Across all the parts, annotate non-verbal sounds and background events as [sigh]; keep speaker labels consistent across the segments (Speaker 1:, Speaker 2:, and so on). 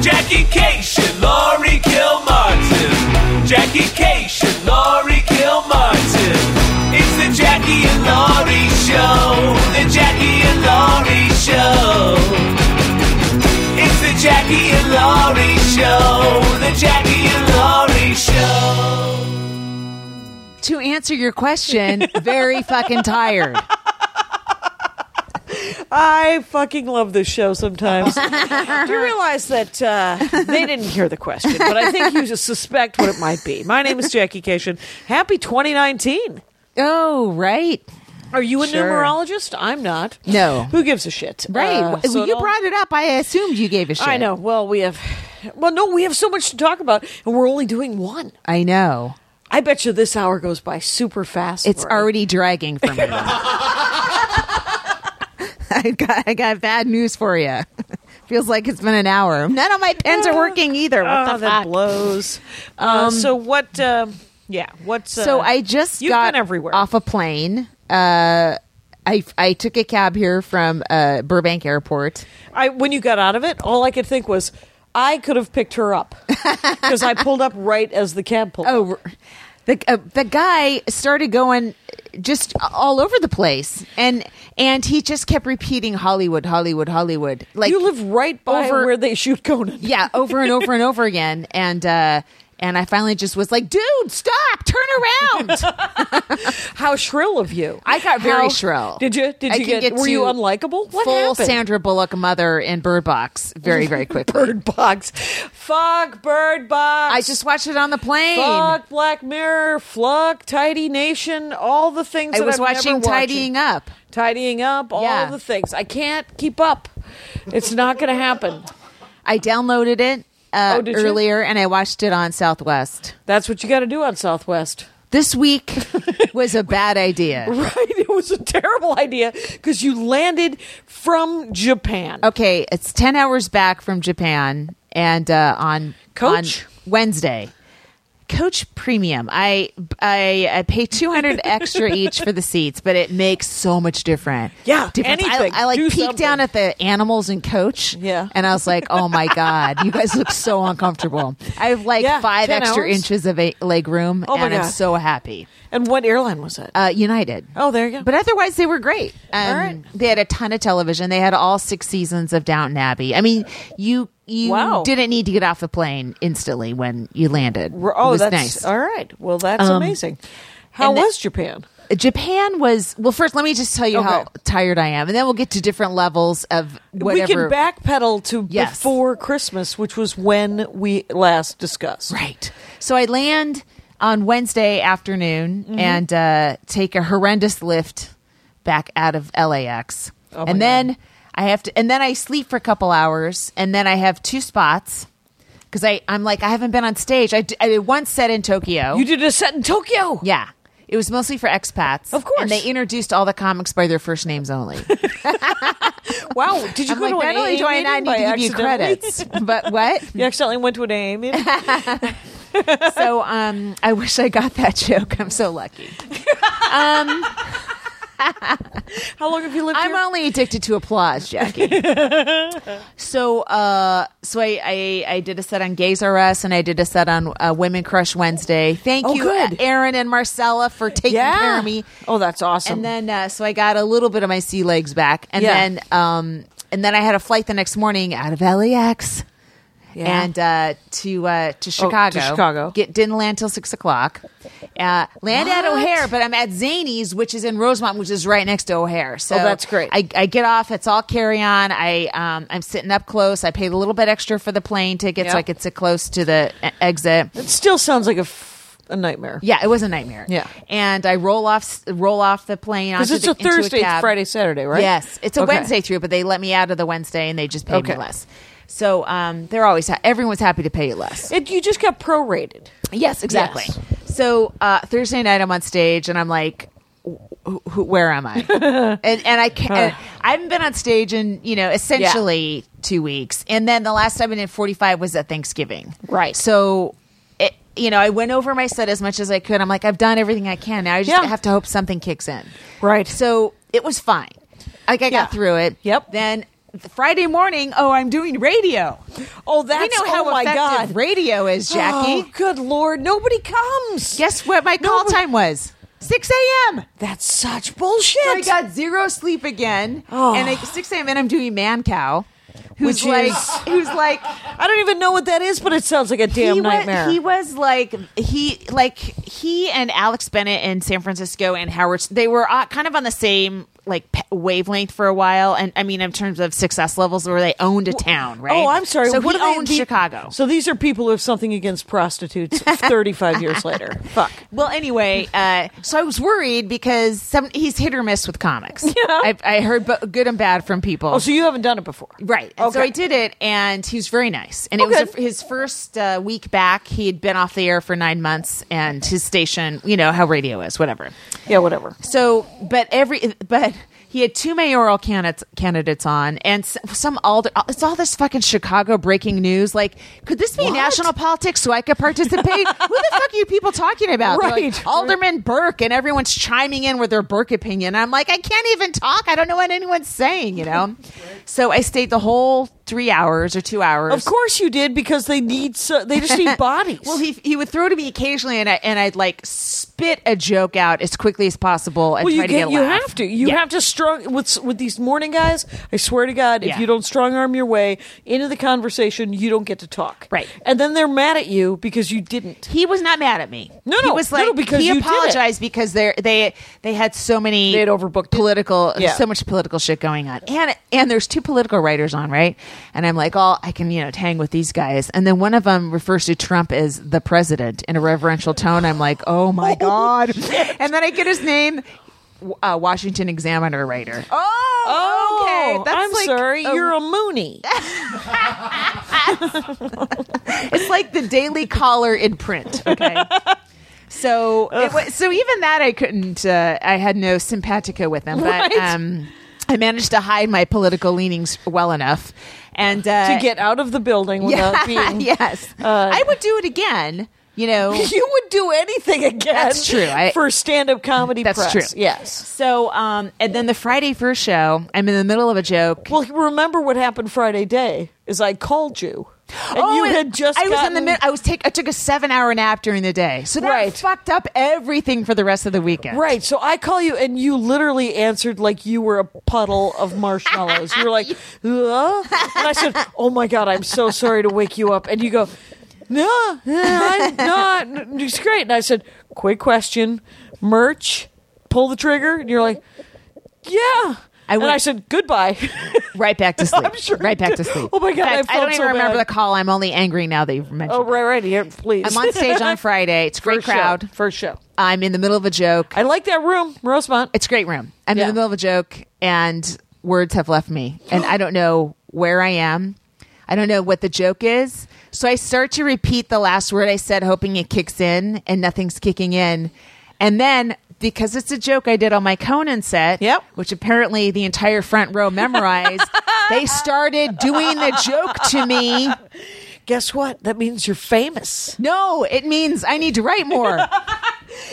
Speaker 1: Jackie Cation, Laurie Kilmartin. Jackie Cation, Laurie Kilmartin. It's the Jackie and Laurie Show. The Jackie and Laurie Show. It's the Jackie and Laurie Show. The Jackie and Laurie Show.
Speaker 2: To answer your question, very fucking tired.
Speaker 3: I fucking love this show
Speaker 2: [laughs]
Speaker 3: sometimes. Do you realize that uh, they didn't hear the question, but I think you just suspect what it might be. My name is Jackie Cation. Happy 2019.
Speaker 2: Oh, right.
Speaker 3: Are you a
Speaker 2: Sure.
Speaker 3: numerologist? I'm not.
Speaker 2: No.
Speaker 3: Who gives a shit?
Speaker 2: Right.
Speaker 3: Uh,
Speaker 2: Well,
Speaker 3: so
Speaker 2: you
Speaker 3: don't-
Speaker 2: brought it up. I assumed you gave a shit.
Speaker 3: I know. Well, we have. Well, no, we have so much to talk about, and we're only doing one.
Speaker 2: I know.
Speaker 3: I bet you this hour goes by super fast.
Speaker 2: It's
Speaker 3: Lori.
Speaker 2: already dragging for
Speaker 3: [laughs]
Speaker 2: me. I got I got bad news for you. Feels like it's been an hour. None of my pens are working either. What
Speaker 3: oh,
Speaker 2: the
Speaker 3: that
Speaker 2: fuck?
Speaker 3: blows. uh, so what? Um, yeah. What's uh,
Speaker 2: so I just
Speaker 3: you've
Speaker 2: got
Speaker 3: been everywhere.
Speaker 2: off a plane. Uh, I I took a cab here from uh, Burbank Airport.
Speaker 3: I when you got out of it, all I could think was I could have picked
Speaker 2: [laughs]
Speaker 3: her up because I pulled up right as the cab pulled. up.
Speaker 2: Oh, the uh, the guy started going just all over the place, and and he just kept repeating Hollywood, Hollywood, Hollywood. Like
Speaker 3: you live right by
Speaker 2: over-
Speaker 3: where they shoot Conan.
Speaker 2: yeah, over and over and over again, and. uh and I finally just was like, "Dude, stop! Turn around!"
Speaker 3: How shrill of you!
Speaker 2: I
Speaker 3: [laughs]
Speaker 2: got very
Speaker 3: How-
Speaker 2: shrill.
Speaker 3: Did you? Did
Speaker 2: I
Speaker 3: you
Speaker 2: can
Speaker 3: get? were
Speaker 2: to
Speaker 3: you unlikable? What
Speaker 2: full
Speaker 3: happened?
Speaker 2: Sandra Bullock mother in Bird Box very,
Speaker 3: [laughs]
Speaker 2: very quickly.
Speaker 3: Bird box. Fuck bird box.
Speaker 2: I just watched it on the plane.
Speaker 3: Fuck Black Mirror, Fluck, Tidy Nation, all the things
Speaker 2: I
Speaker 3: that
Speaker 2: was
Speaker 3: I'm never
Speaker 2: watching
Speaker 3: watching.
Speaker 2: Tidying Up.
Speaker 3: tidying up, all
Speaker 2: Yeah.
Speaker 3: the things. I can't keep up. It's not going to happen.
Speaker 2: I downloaded it uh,
Speaker 3: Oh, did you?
Speaker 2: earlier and I watched it on Southwest.
Speaker 3: That's what you got to do on Southwest.
Speaker 2: This
Speaker 3: [laughs]
Speaker 2: week was a bad idea.
Speaker 3: Right? [laughs] It was a terrible idea because you landed from Japan.
Speaker 2: Okay, it's 10 hours back from Japan and uh, on,
Speaker 3: Coach?
Speaker 2: on Wednesday. Coach Premium. I I, I pay two
Speaker 3: [laughs]
Speaker 2: hundred extra each for the seats, but it makes so much different.
Speaker 3: Yeah,
Speaker 2: difference. I-
Speaker 3: anything.
Speaker 2: I, like
Speaker 3: Do
Speaker 2: peeked
Speaker 3: something.
Speaker 2: down at the animals and Coach.
Speaker 3: Yeah.
Speaker 2: and I was like, oh my god, you guys look so uncomfortable. I have like
Speaker 3: Yeah,
Speaker 2: five
Speaker 3: 10
Speaker 2: extra
Speaker 3: hours.
Speaker 2: inches of a- leg room,
Speaker 3: Oh my
Speaker 2: and I'm
Speaker 3: God.
Speaker 2: so happy.
Speaker 3: And what airline was it?
Speaker 2: Uh, United.
Speaker 3: oh, there you go.
Speaker 2: But otherwise, they were great. Um,
Speaker 3: All right.
Speaker 2: They had a ton of television. They had all six seasons of Downton Abbey. I mean, you you
Speaker 3: Wow.
Speaker 2: didn't need to get off the plane instantly when you landed.
Speaker 3: We're- oh,
Speaker 2: it was
Speaker 3: that's
Speaker 2: nice. Um,
Speaker 3: all right. Well, that's amazing. How
Speaker 2: and the-
Speaker 3: was Japan?
Speaker 2: Japan was well. First, let me just tell you
Speaker 3: Okay.
Speaker 2: how tired I am, and then we'll get to different levels of whatever.
Speaker 3: We can backpedal to
Speaker 2: Yes.
Speaker 3: before Christmas, which was when we last discussed.
Speaker 2: Right. So I land on Wednesday afternoon
Speaker 3: Mm-hmm.
Speaker 2: and uh, take a horrendous lift back out of LAX.
Speaker 3: Oh my
Speaker 2: and then I have to, and then I sleep for a couple hours, and then I have two spots because I I'm like I haven't been on stage. I, d- I did one set in Tokyo.
Speaker 3: You did a set in Tokyo.
Speaker 2: yeah. It was mostly for expats.
Speaker 3: Of course.
Speaker 2: And they introduced all the comics by their first names
Speaker 3: [laughs]
Speaker 2: only.
Speaker 3: Wow. Did you
Speaker 2: I'm
Speaker 3: go
Speaker 2: like,
Speaker 3: to
Speaker 2: not
Speaker 3: an
Speaker 2: only
Speaker 3: AA
Speaker 2: do I not need
Speaker 3: meeting by
Speaker 2: to give you
Speaker 3: accidentally?
Speaker 2: credits, but what?
Speaker 3: [laughs] You accidentally went to an AA meeting?
Speaker 2: [laughs] so um, I wish I got that [laughs] joke. I'm so lucky. Um,
Speaker 3: How long have you lived
Speaker 2: I'm
Speaker 3: here?
Speaker 2: only addicted to applause,
Speaker 3: [laughs]
Speaker 2: Jackie. so, uh, so I, I I did a set on Gays R Us and I did a set on uh, Women Crush Wednesday. Thank
Speaker 3: Oh,
Speaker 2: you,
Speaker 3: good.
Speaker 2: Aaron and Marcella, for taking care of me.
Speaker 3: Oh, that's awesome.
Speaker 2: And then, uh, so I got a little bit of my sea legs back, and
Speaker 3: Yeah.
Speaker 2: then, um, and then I had a flight the next morning out of LAX
Speaker 3: Yeah. Oh,
Speaker 2: and uh, to uh, to Chicago.
Speaker 3: Chicago.
Speaker 2: Get didn't land till six o'clock. Uh, land at
Speaker 3: What?
Speaker 2: O'Hare, but I'm at Zany's, which is in Rosemont, which is right next to O'Hare. So
Speaker 3: Oh, that's great.
Speaker 2: I, I get off. It's all carry on. I um, I'm sitting up close. I paid a little bit extra for the plane ticket so
Speaker 3: Yeah.
Speaker 2: I could sit close to the e- exit.
Speaker 3: it still sounds like a, f- a nightmare.
Speaker 2: Yeah, it was a nightmare.
Speaker 3: Yeah.
Speaker 2: and I roll off roll off the plane
Speaker 3: Because
Speaker 2: onto
Speaker 3: it's
Speaker 2: the,
Speaker 3: a
Speaker 2: into
Speaker 3: Thursday, it's
Speaker 2: cab.
Speaker 3: Friday, Saturday, right?
Speaker 2: Yes, it's a
Speaker 3: Okay.
Speaker 2: Wednesday through, but they let me out of the Wednesday and they just paid
Speaker 3: Okay.
Speaker 2: me less. So um, they're always ha- everyone's happy to pay you less.
Speaker 3: It, you just got prorated.
Speaker 2: Yes, exactly. So uh, Thursday night, I'm on stage, and I'm like, wh- wh- where am
Speaker 3: [laughs]
Speaker 2: I? and and I can't, and I haven't been on stage in you know essentially two weeks, and then the last time I've been in 45 was at Thanksgiving.
Speaker 3: Right.
Speaker 2: So. It, you know, I went over my set as much as I could. I'm like, I've done everything I can. Now I just
Speaker 3: Yeah.
Speaker 2: have to hope something kicks in.
Speaker 3: Right.
Speaker 2: So it was fine. Like I
Speaker 3: Yeah.
Speaker 2: got through it.
Speaker 3: Yep.
Speaker 2: Then Friday morning, oh, I'm doing radio.
Speaker 3: Oh, that's
Speaker 2: we know how
Speaker 3: oh my
Speaker 2: effective
Speaker 3: god,
Speaker 2: radio is, Jackie.
Speaker 3: Oh, good lord, nobody comes.
Speaker 2: Guess what my call
Speaker 3: but-
Speaker 2: time was? 6 a.m.
Speaker 3: That's such bullshit.
Speaker 2: So I got zero sleep again.
Speaker 3: Oh.
Speaker 2: And at 6 a.m. and I'm doing Man Cow, who's
Speaker 3: Which
Speaker 2: like,
Speaker 3: is-
Speaker 2: [laughs] who's like,
Speaker 3: I don't even know what that is, but it sounds like a damn
Speaker 2: he
Speaker 3: nightmare.
Speaker 2: Was, he was like he like he and Alex Bennett in San Francisco and Howard. They were uh, kind of on the same like pe- wavelength for a while, and I mean in terms of success levels, where they owned a town, right?
Speaker 3: Oh, I'm sorry.
Speaker 2: So
Speaker 3: what
Speaker 2: he
Speaker 3: are they-
Speaker 2: owned
Speaker 3: the-
Speaker 2: Chicago.
Speaker 3: So these are people who have something against prostitutes [laughs] 35 years later. [laughs] Fuck.
Speaker 2: Well, anyway, uh, so I was worried because some he's hit or miss with
Speaker 3: [laughs]
Speaker 2: comics. Yeah, I, I heard bo- good and bad from people.
Speaker 3: Oh, so you haven't done it before.
Speaker 2: Right. And So
Speaker 3: Okay.
Speaker 2: I did it, and he was very nice. And it
Speaker 3: Okay.
Speaker 2: was a, his first uh, week back. He had been off the air for nine months, and his station, you know, how radio is, whatever.
Speaker 3: Yeah, whatever.
Speaker 2: So, but every, but he had two mayoral candidates candidates on, and s- some alder. It's all this fucking Chicago breaking news. Like, could this be national politics so I could participate?
Speaker 3: [laughs]
Speaker 2: Who the fuck are you people talking about? They're like,
Speaker 3: Right.
Speaker 2: Alderman Burke, and everyone's chiming in with their Burke opinion. I'm like, I can't even talk. I don't know what anyone's saying. You know. So I stayed the whole three hours or two hours.
Speaker 3: Of course you did because they need so they just
Speaker 2: [laughs]
Speaker 3: [laughs] need bodies.
Speaker 2: Well, he, he would throw to me occasionally, and I and I'd like spit a joke out as quickly as possible, and
Speaker 3: Well,
Speaker 2: try to
Speaker 3: you
Speaker 2: get,
Speaker 3: get,
Speaker 2: a
Speaker 3: you
Speaker 2: laugh.
Speaker 3: have to. You
Speaker 2: Yeah.
Speaker 3: have to strong with with these morning guys. I swear to God, if
Speaker 2: Yeah.
Speaker 3: you don't strong arm your way into the conversation, you don't get to talk.
Speaker 2: Right.
Speaker 3: And then they're mad at you because you didn't.
Speaker 2: He was not mad at me.
Speaker 3: No,
Speaker 2: he
Speaker 3: no,
Speaker 2: was
Speaker 3: no,
Speaker 2: like
Speaker 3: because
Speaker 2: he
Speaker 3: you did it.
Speaker 2: apologized because they they they had so many
Speaker 3: They had overbooked it.
Speaker 2: political
Speaker 3: Yeah.
Speaker 2: so much political shit going on, and and there's two political writers on right, and I'm like, oh, I can you know hang with these guys, and then one of them refers to Trump as the president in a reverential tone. I'm like, oh my god, and then I get his name. w- Uh, Washington Examiner writer. Oh, okay. That's
Speaker 3: I'm
Speaker 2: like
Speaker 3: sorry.
Speaker 2: a-
Speaker 3: you're a Mooney.
Speaker 2: It's like the Daily Caller in print. Okay. So, it was, so even that I couldn't. Uh, I had no simpatico with them, but
Speaker 3: Right.
Speaker 2: um, I managed to hide my political leanings well enough, and uh,
Speaker 3: to get out of the Uh. building
Speaker 2: [laughs] yeah,
Speaker 3: without being.
Speaker 2: yes, I would do it again. You know,
Speaker 3: [laughs] You would do anything again.
Speaker 2: That's true. I-
Speaker 3: for stand-up comedy.
Speaker 2: That's
Speaker 3: press.
Speaker 2: true.
Speaker 3: Yes.
Speaker 2: so um, and then the Friday first show, I'm in the middle of a joke.
Speaker 3: Well, remember what happened Friday day? Is I called you, and you
Speaker 2: and
Speaker 3: had just.
Speaker 2: Oh, I was in
Speaker 3: gotten-
Speaker 2: the mid. I was take. I took a seven hour nap during the day, so that
Speaker 3: Right.
Speaker 2: fucked up everything for the rest of the weekend.
Speaker 3: Right. So I call you, and you literally answered like you were a puddle of marshmallows. you were [laughs] like, huh? and I said, "Oh my god, I'm so sorry to wake you up." And you go, "No, no, I'm not. N- It's great." And I said, "Quick question, merch, pull the trigger." And you're like, "Yeah."
Speaker 2: I
Speaker 3: and
Speaker 2: went-
Speaker 3: I said, "Goodbye." [laughs]
Speaker 2: Right back to sleep.
Speaker 3: I'm sure
Speaker 2: right
Speaker 3: you
Speaker 2: back to
Speaker 3: did.
Speaker 2: sleep.
Speaker 3: Oh my God,
Speaker 2: In fact,
Speaker 3: I
Speaker 2: I,
Speaker 3: felt
Speaker 2: don't even
Speaker 3: so
Speaker 2: remember
Speaker 3: bad.
Speaker 2: the call. I'm only angry now that you've mentioned.
Speaker 3: oh,
Speaker 2: it.
Speaker 3: right, right here, please.
Speaker 2: I'm on stage
Speaker 3: [laughs]
Speaker 2: on Friday. It's a great
Speaker 3: First show.
Speaker 2: crowd.
Speaker 3: First show.
Speaker 2: I'm in the middle of a joke.
Speaker 3: I like that room, Rosemont.
Speaker 2: It's a great room. I'm
Speaker 3: Yeah.
Speaker 2: in the middle of a joke, and words have left me, and I don't know where I am. I don't know what the joke is. So I start to repeat the last word I said, hoping it kicks in, and nothing's kicking in. And then, because it's a joke I did on my Conan set,
Speaker 3: Yep.
Speaker 2: which apparently the entire front row memorized,
Speaker 3: [laughs]
Speaker 2: they started doing the joke to me.
Speaker 3: Guess what? That means you're famous.
Speaker 2: No, it means I need to write more.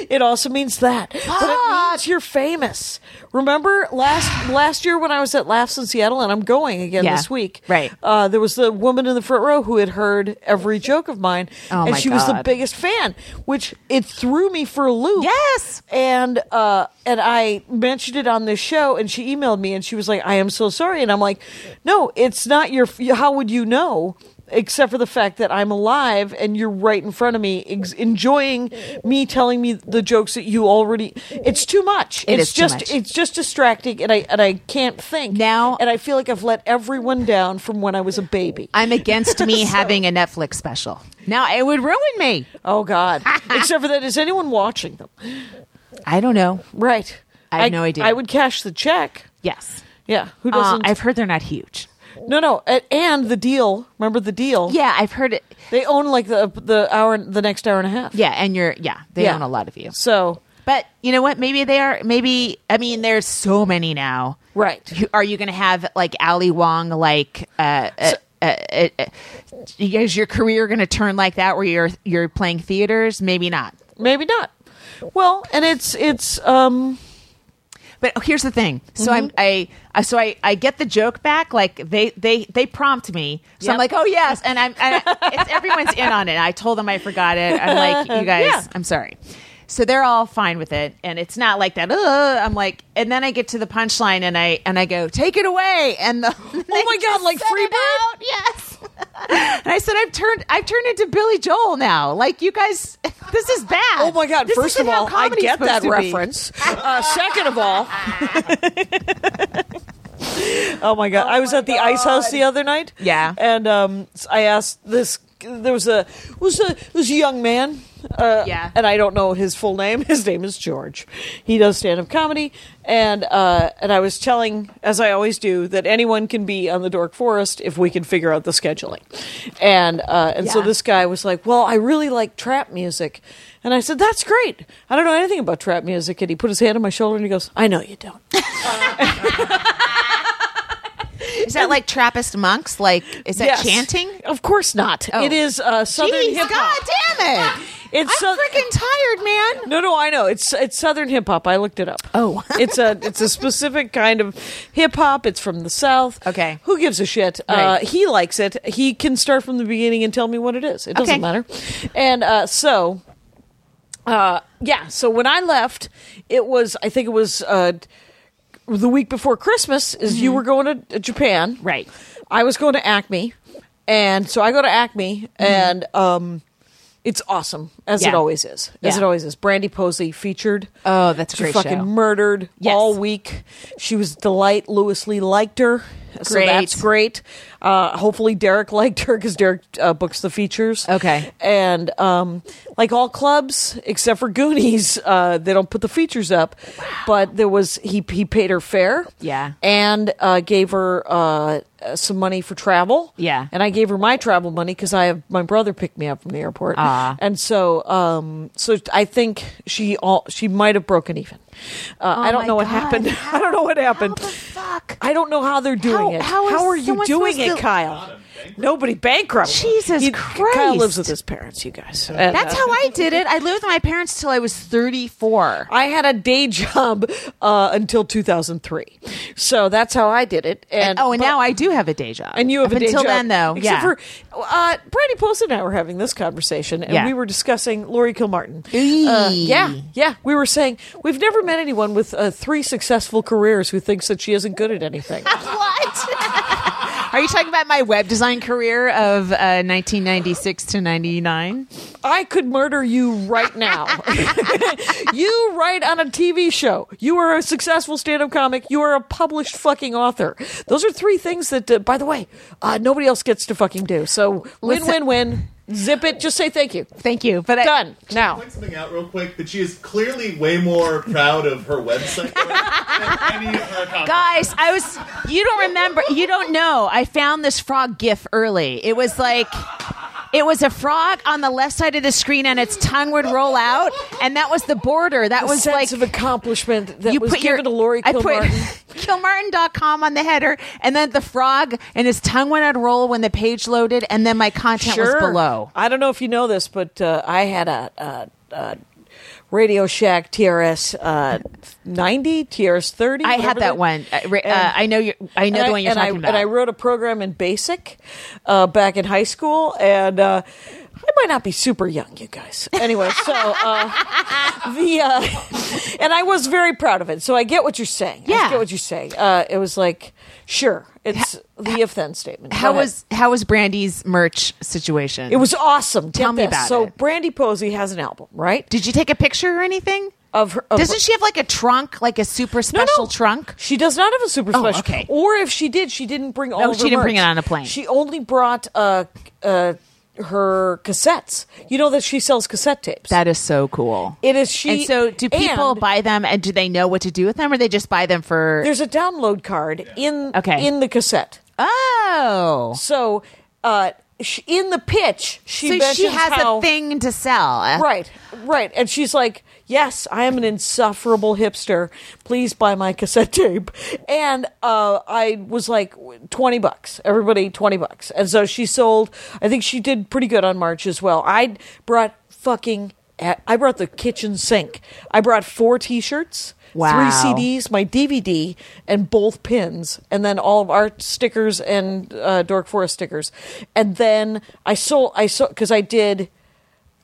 Speaker 3: It also means that. But it means you're famous. Remember
Speaker 2: [sighs]
Speaker 3: last last year when I was at Laughs in Seattle, and I'm going again
Speaker 2: Yeah.
Speaker 3: this week.
Speaker 2: Right.
Speaker 3: Uh, there was the woman in the front row who had heard every joke of mine,
Speaker 2: Oh,
Speaker 3: and
Speaker 2: my
Speaker 3: she was the
Speaker 2: God.
Speaker 3: biggest fan, which it threw me for a loop.
Speaker 2: Yes.
Speaker 3: And uh, and I mentioned it on this show, and she emailed me, and she was like, "I am so sorry," and I'm like, "No, it's not your. How would you know?" Except for the fact that I'm alive and you're right in front of me, ex- enjoying me telling me the jokes that you already. It's too much.
Speaker 2: It
Speaker 3: it's
Speaker 2: is too
Speaker 3: just
Speaker 2: much.
Speaker 3: it's just distracting, and I and I can't think
Speaker 2: Now-
Speaker 3: And I feel like I've let everyone down from when I was a baby.
Speaker 2: I'm against
Speaker 3: [laughs]
Speaker 2: me having a Netflix special. Now it would ruin me. [laughs]
Speaker 3: oh God! Except for that, is anyone watching them?
Speaker 2: I don't know.
Speaker 3: Right.
Speaker 2: I have no idea.
Speaker 3: I would cash the check.
Speaker 2: Yes.
Speaker 3: Yeah. Who
Speaker 2: Uh,
Speaker 3: doesn't?
Speaker 2: I've heard they're not huge.
Speaker 3: No, no, a- and the deal. Remember the deal?
Speaker 2: Yeah, I've heard it.
Speaker 3: they own like the the hour, the next hour and a half.
Speaker 2: Yeah, and you're yeah, they
Speaker 3: Yeah.
Speaker 2: own a lot of you.
Speaker 3: So
Speaker 2: But you know what? Maybe they are. Maybe I mean, there's so many now.
Speaker 3: right,
Speaker 2: You- Are you going to have like Ali Wong? Like, uh, uh, uh, uh, uh, is your career going to turn like that where you're you're playing theaters? Maybe not.
Speaker 3: maybe not. Well, and it's it's um
Speaker 2: But here's the thing. So
Speaker 3: Mm-hmm.
Speaker 2: I'm I, I so I, I get the joke back. Like they they they prompt me. So I'm
Speaker 3: Yep.
Speaker 2: like, oh yes, and I'm and I- it's, everyone's in on it. I told them I forgot it. I'm like,
Speaker 3: [laughs]
Speaker 2: you guys,
Speaker 3: Yeah.
Speaker 2: I'm sorry. So they're all fine with it, and it's not like that. Ugh. I'm like, and then I get to the punchline, and I and I go, take it away, and the [laughs] oh
Speaker 3: my God, like Freebird?
Speaker 2: yes. [laughs] and I said, I've turned I've turned into Billy Joel now. Like you guys, [laughs] this is bad.
Speaker 3: Oh my God!
Speaker 2: This
Speaker 3: First
Speaker 2: isn't
Speaker 3: of
Speaker 2: how
Speaker 3: all, I
Speaker 2: comedy's
Speaker 3: get that
Speaker 2: supposed to be.
Speaker 3: reference. Uh, second of [laughs] all, oh my God! I was at the Ice House the other night.
Speaker 2: Yeah.
Speaker 3: and um, I asked this. There was a was a was a young man. Uh,
Speaker 2: Yeah.
Speaker 3: and I don't know his full name. [laughs] His name is George. He does stand up comedy, and uh, and I was telling, as I always do, that anyone can be on the Dork Forest if we can figure out the scheduling. And uh, and so
Speaker 2: Yeah.
Speaker 3: this guy was like, "Well, I really like trap music," and I said, "That's great. I don't know anything about trap music." And he put his hand on my shoulder and he goes, "I know you don't."
Speaker 2: Is that like Trappist monks? Like is that
Speaker 3: Yes.
Speaker 2: chanting?
Speaker 3: Of course not.
Speaker 2: Oh.
Speaker 3: It is uh, southern
Speaker 2: Jeez,
Speaker 3: hip hop.
Speaker 2: God damn it!
Speaker 3: It's
Speaker 2: I'm
Speaker 3: so-
Speaker 2: freaking tired, man.
Speaker 3: No, no, I know. It's it's southern hip hop. I looked it up.
Speaker 2: Oh.
Speaker 3: [laughs] it's a it's a specific kind of hip hop. It's from the south.
Speaker 2: Okay.
Speaker 3: who gives a shit? Uh,
Speaker 2: Right.
Speaker 3: he likes it. He can start from the beginning and tell me what it is. It doesn't
Speaker 2: Okay.
Speaker 3: matter. And uh, so, uh, yeah. So when I left, it was I think it was uh, the week before Christmas. Is you were going to Japan,
Speaker 2: Mm-hmm. Right.
Speaker 3: I was going to Acme, and so I go to Acme, and um, it's awesome as it
Speaker 2: Mm-hmm. Yeah.
Speaker 3: always is, as
Speaker 2: Yeah.
Speaker 3: it always is. Brandy Posey featured.
Speaker 2: Oh, that's a
Speaker 3: she
Speaker 2: great
Speaker 3: fucking
Speaker 2: show.
Speaker 3: murdered
Speaker 2: Yes.
Speaker 3: all week. She was a delight. Lewis Lee liked her, so
Speaker 2: Great.
Speaker 3: that's great. Uh, hopefully Derek liked her because Derek uh, books the features.
Speaker 2: Okay.
Speaker 3: and um, like all clubs except for Goonies, uh, they don't put the features up. But there was he he paid her fare.
Speaker 2: Yeah.
Speaker 3: and uh, gave her uh, some money for travel.
Speaker 2: Yeah.
Speaker 3: and I gave her my travel money because I have my brother picked me up from the airport.
Speaker 2: Ah.
Speaker 3: and so um, so I think she all she might have broken even. Uh, I
Speaker 2: Oh
Speaker 3: don't
Speaker 2: my
Speaker 3: know what
Speaker 2: God.
Speaker 3: happened. [laughs] I don't know what happened.
Speaker 2: How the fuck?
Speaker 3: I don't know how they're doing
Speaker 2: How-
Speaker 3: it.
Speaker 2: how is
Speaker 3: are you
Speaker 2: someone
Speaker 3: doing it,
Speaker 2: supposed to-
Speaker 3: Kyle? Nobody bankrupt.
Speaker 2: Jesus
Speaker 3: He- Kyle
Speaker 2: Christ.
Speaker 3: lives with his parents, you guys. And,
Speaker 2: That's
Speaker 3: uh,
Speaker 2: how I did it. I lived with my parents till I was 34.
Speaker 3: I had a day [laughs] job uh, until 2003, so that's how I did it. And
Speaker 2: oh, and
Speaker 3: but-
Speaker 2: now I do have a day job.
Speaker 3: And you have
Speaker 2: Up
Speaker 3: a day
Speaker 2: until
Speaker 3: job.
Speaker 2: then, though.
Speaker 3: Except
Speaker 2: yeah.
Speaker 3: for uh, Brandy Post and I were having this conversation, and
Speaker 2: Yeah.
Speaker 3: we were discussing Lori Kilmartin.
Speaker 2: Eee.
Speaker 3: Uh, yeah, yeah. We were saying we've never met anyone with uh, three successful careers who thinks that she isn't good
Speaker 2: [laughs]
Speaker 3: at
Speaker 2: [laughs]
Speaker 3: anything.
Speaker 2: what? [laughs] Are you talking about my web design career of uh, 1996 to 99?
Speaker 3: I could murder you right now. [laughs] you write on a TV show. You are a successful stand-up comic. You are a published fucking author. Those are three things that, uh, by the way, uh, nobody else gets to fucking do. So win,
Speaker 2: Listen-
Speaker 3: win, win. Zip it. Just say thank you.
Speaker 2: Thank you. But I-
Speaker 3: Done now.
Speaker 4: point something out real quick that she is clearly way more proud of her website work than any of her accomplishments.
Speaker 2: Guys, I was. You don't remember. You don't know. I found this frog gif early. It was like. It was a frog on the left side of the screen, and its tongue would roll out, and that was the border. That
Speaker 3: A
Speaker 2: was
Speaker 3: sense
Speaker 2: like
Speaker 3: of accomplishment that was given to Lori
Speaker 2: I put [laughs]
Speaker 3: Kilmartin.
Speaker 2: Kilmartin.com on the header, and then the frog and his tongue went on roll when the page loaded, and then my content was below.
Speaker 3: I don't know if you know this, but uh, I had a, a, a Radio Shack TRS uh, 90, TRS 30.
Speaker 2: I had
Speaker 3: whatever
Speaker 2: that
Speaker 3: the-
Speaker 2: one. Uh, ra-
Speaker 3: And-
Speaker 2: uh, I know you. I know
Speaker 3: and
Speaker 2: the one you're
Speaker 3: and
Speaker 2: talking
Speaker 3: I,
Speaker 2: about.
Speaker 3: And I wrote a program in BASIC uh, back in high school, and uh, I might not be super young, you guys. Anyway, so uh,
Speaker 2: [laughs]
Speaker 3: the uh, and I was very proud of it. So I get what you're saying. I
Speaker 2: Yeah.
Speaker 3: get what you're saying. Uh, it was like, sure, it's the if then statement. Go
Speaker 2: how
Speaker 3: ahead.
Speaker 2: was how was Brandy's merch situation?
Speaker 3: It was awesome.
Speaker 2: Tell
Speaker 3: Get
Speaker 2: me
Speaker 3: this.
Speaker 2: about
Speaker 3: so
Speaker 2: it.
Speaker 3: Brandy Posey has an album, right?
Speaker 2: Did you take a picture or anything?
Speaker 3: Of her, of her-
Speaker 2: Doesn't she have like a trunk, like a super
Speaker 3: No,
Speaker 2: special
Speaker 3: no.
Speaker 2: trunk?
Speaker 3: She does not have a super special.
Speaker 2: Oh, okay.
Speaker 3: Or if she did, she didn't bring all.
Speaker 2: No,
Speaker 3: of
Speaker 2: she
Speaker 3: her
Speaker 2: didn't bring
Speaker 3: merch.
Speaker 2: it on a plane.
Speaker 3: She only brought uh, uh, her cassettes. You know that she sells cassette tapes.
Speaker 2: That is so cool.
Speaker 3: it is she.
Speaker 2: and so, do people
Speaker 3: and
Speaker 2: buy them, and do they know what to do with them, or they just buy them for?
Speaker 3: There's a download card in
Speaker 2: Okay.
Speaker 3: in the cassette.
Speaker 2: oh,
Speaker 3: So uh, she, in the pitch, she
Speaker 2: so she
Speaker 3: mentions
Speaker 2: has
Speaker 3: how-
Speaker 2: a thing to sell.
Speaker 3: Right, right. And she's like, Yes, I am an insufferable hipster. Please buy my cassette tape. And uh, I was like, 20 bucks. Everybody, 20 bucks. And so she sold, I think she did pretty good on March as well. I brought fucking I brought the kitchen sink. I brought four T-shirts,
Speaker 2: Wow.
Speaker 3: three CDs, my DVD, and both pins, and then all of our stickers and uh, Dork Forest stickers. And then I sold. I sold because I did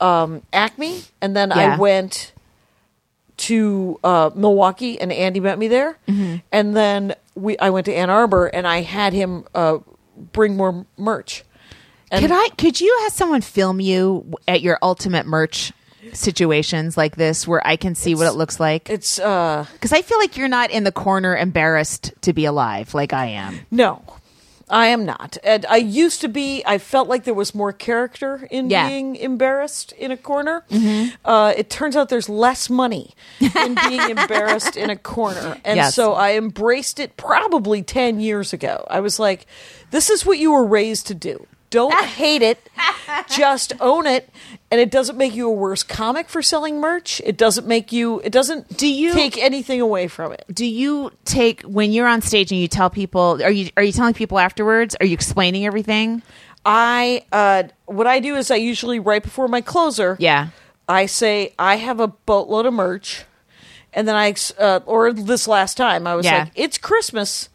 Speaker 3: um, Acme, and then
Speaker 2: Yeah.
Speaker 3: I went to uh, Milwaukee, and Andy met me there.
Speaker 2: Mm-hmm.
Speaker 3: And then we, I went to Ann Arbor, and I had him uh, bring more merch. And
Speaker 2: could I? Could you have someone film you at your ultimate merch situations like this, where I can see what it looks like?
Speaker 3: It's uh,
Speaker 2: Because I feel like you're not in the corner embarrassed to be alive, like I am.
Speaker 3: no, I am not. And I used to be. I felt like there was more character in
Speaker 2: Yeah. Mm-hmm.
Speaker 3: being embarrassed in a corner. Uh, it turns out there's less money
Speaker 2: [laughs]
Speaker 3: in being embarrassed in a corner, and
Speaker 2: Yes.
Speaker 3: so I embraced it probably ten years ago. I was like, "This is what you were raised to do."
Speaker 2: [laughs]
Speaker 3: Don't hate it. Just own it. And it doesn't make you a worse comic for selling merch. It doesn't make you it doesn't
Speaker 2: Do you-
Speaker 3: take anything away from it.
Speaker 2: Do you take when you're on stage and you tell people? Are you are you telling people afterwards? Are you explaining everything?
Speaker 3: I uh, what I do is I usually right before my closer.
Speaker 2: Yeah.
Speaker 3: I say I have a boatload of merch, and then I ex- uh, or this last time I was
Speaker 2: Yeah.
Speaker 3: like, it's Christmas.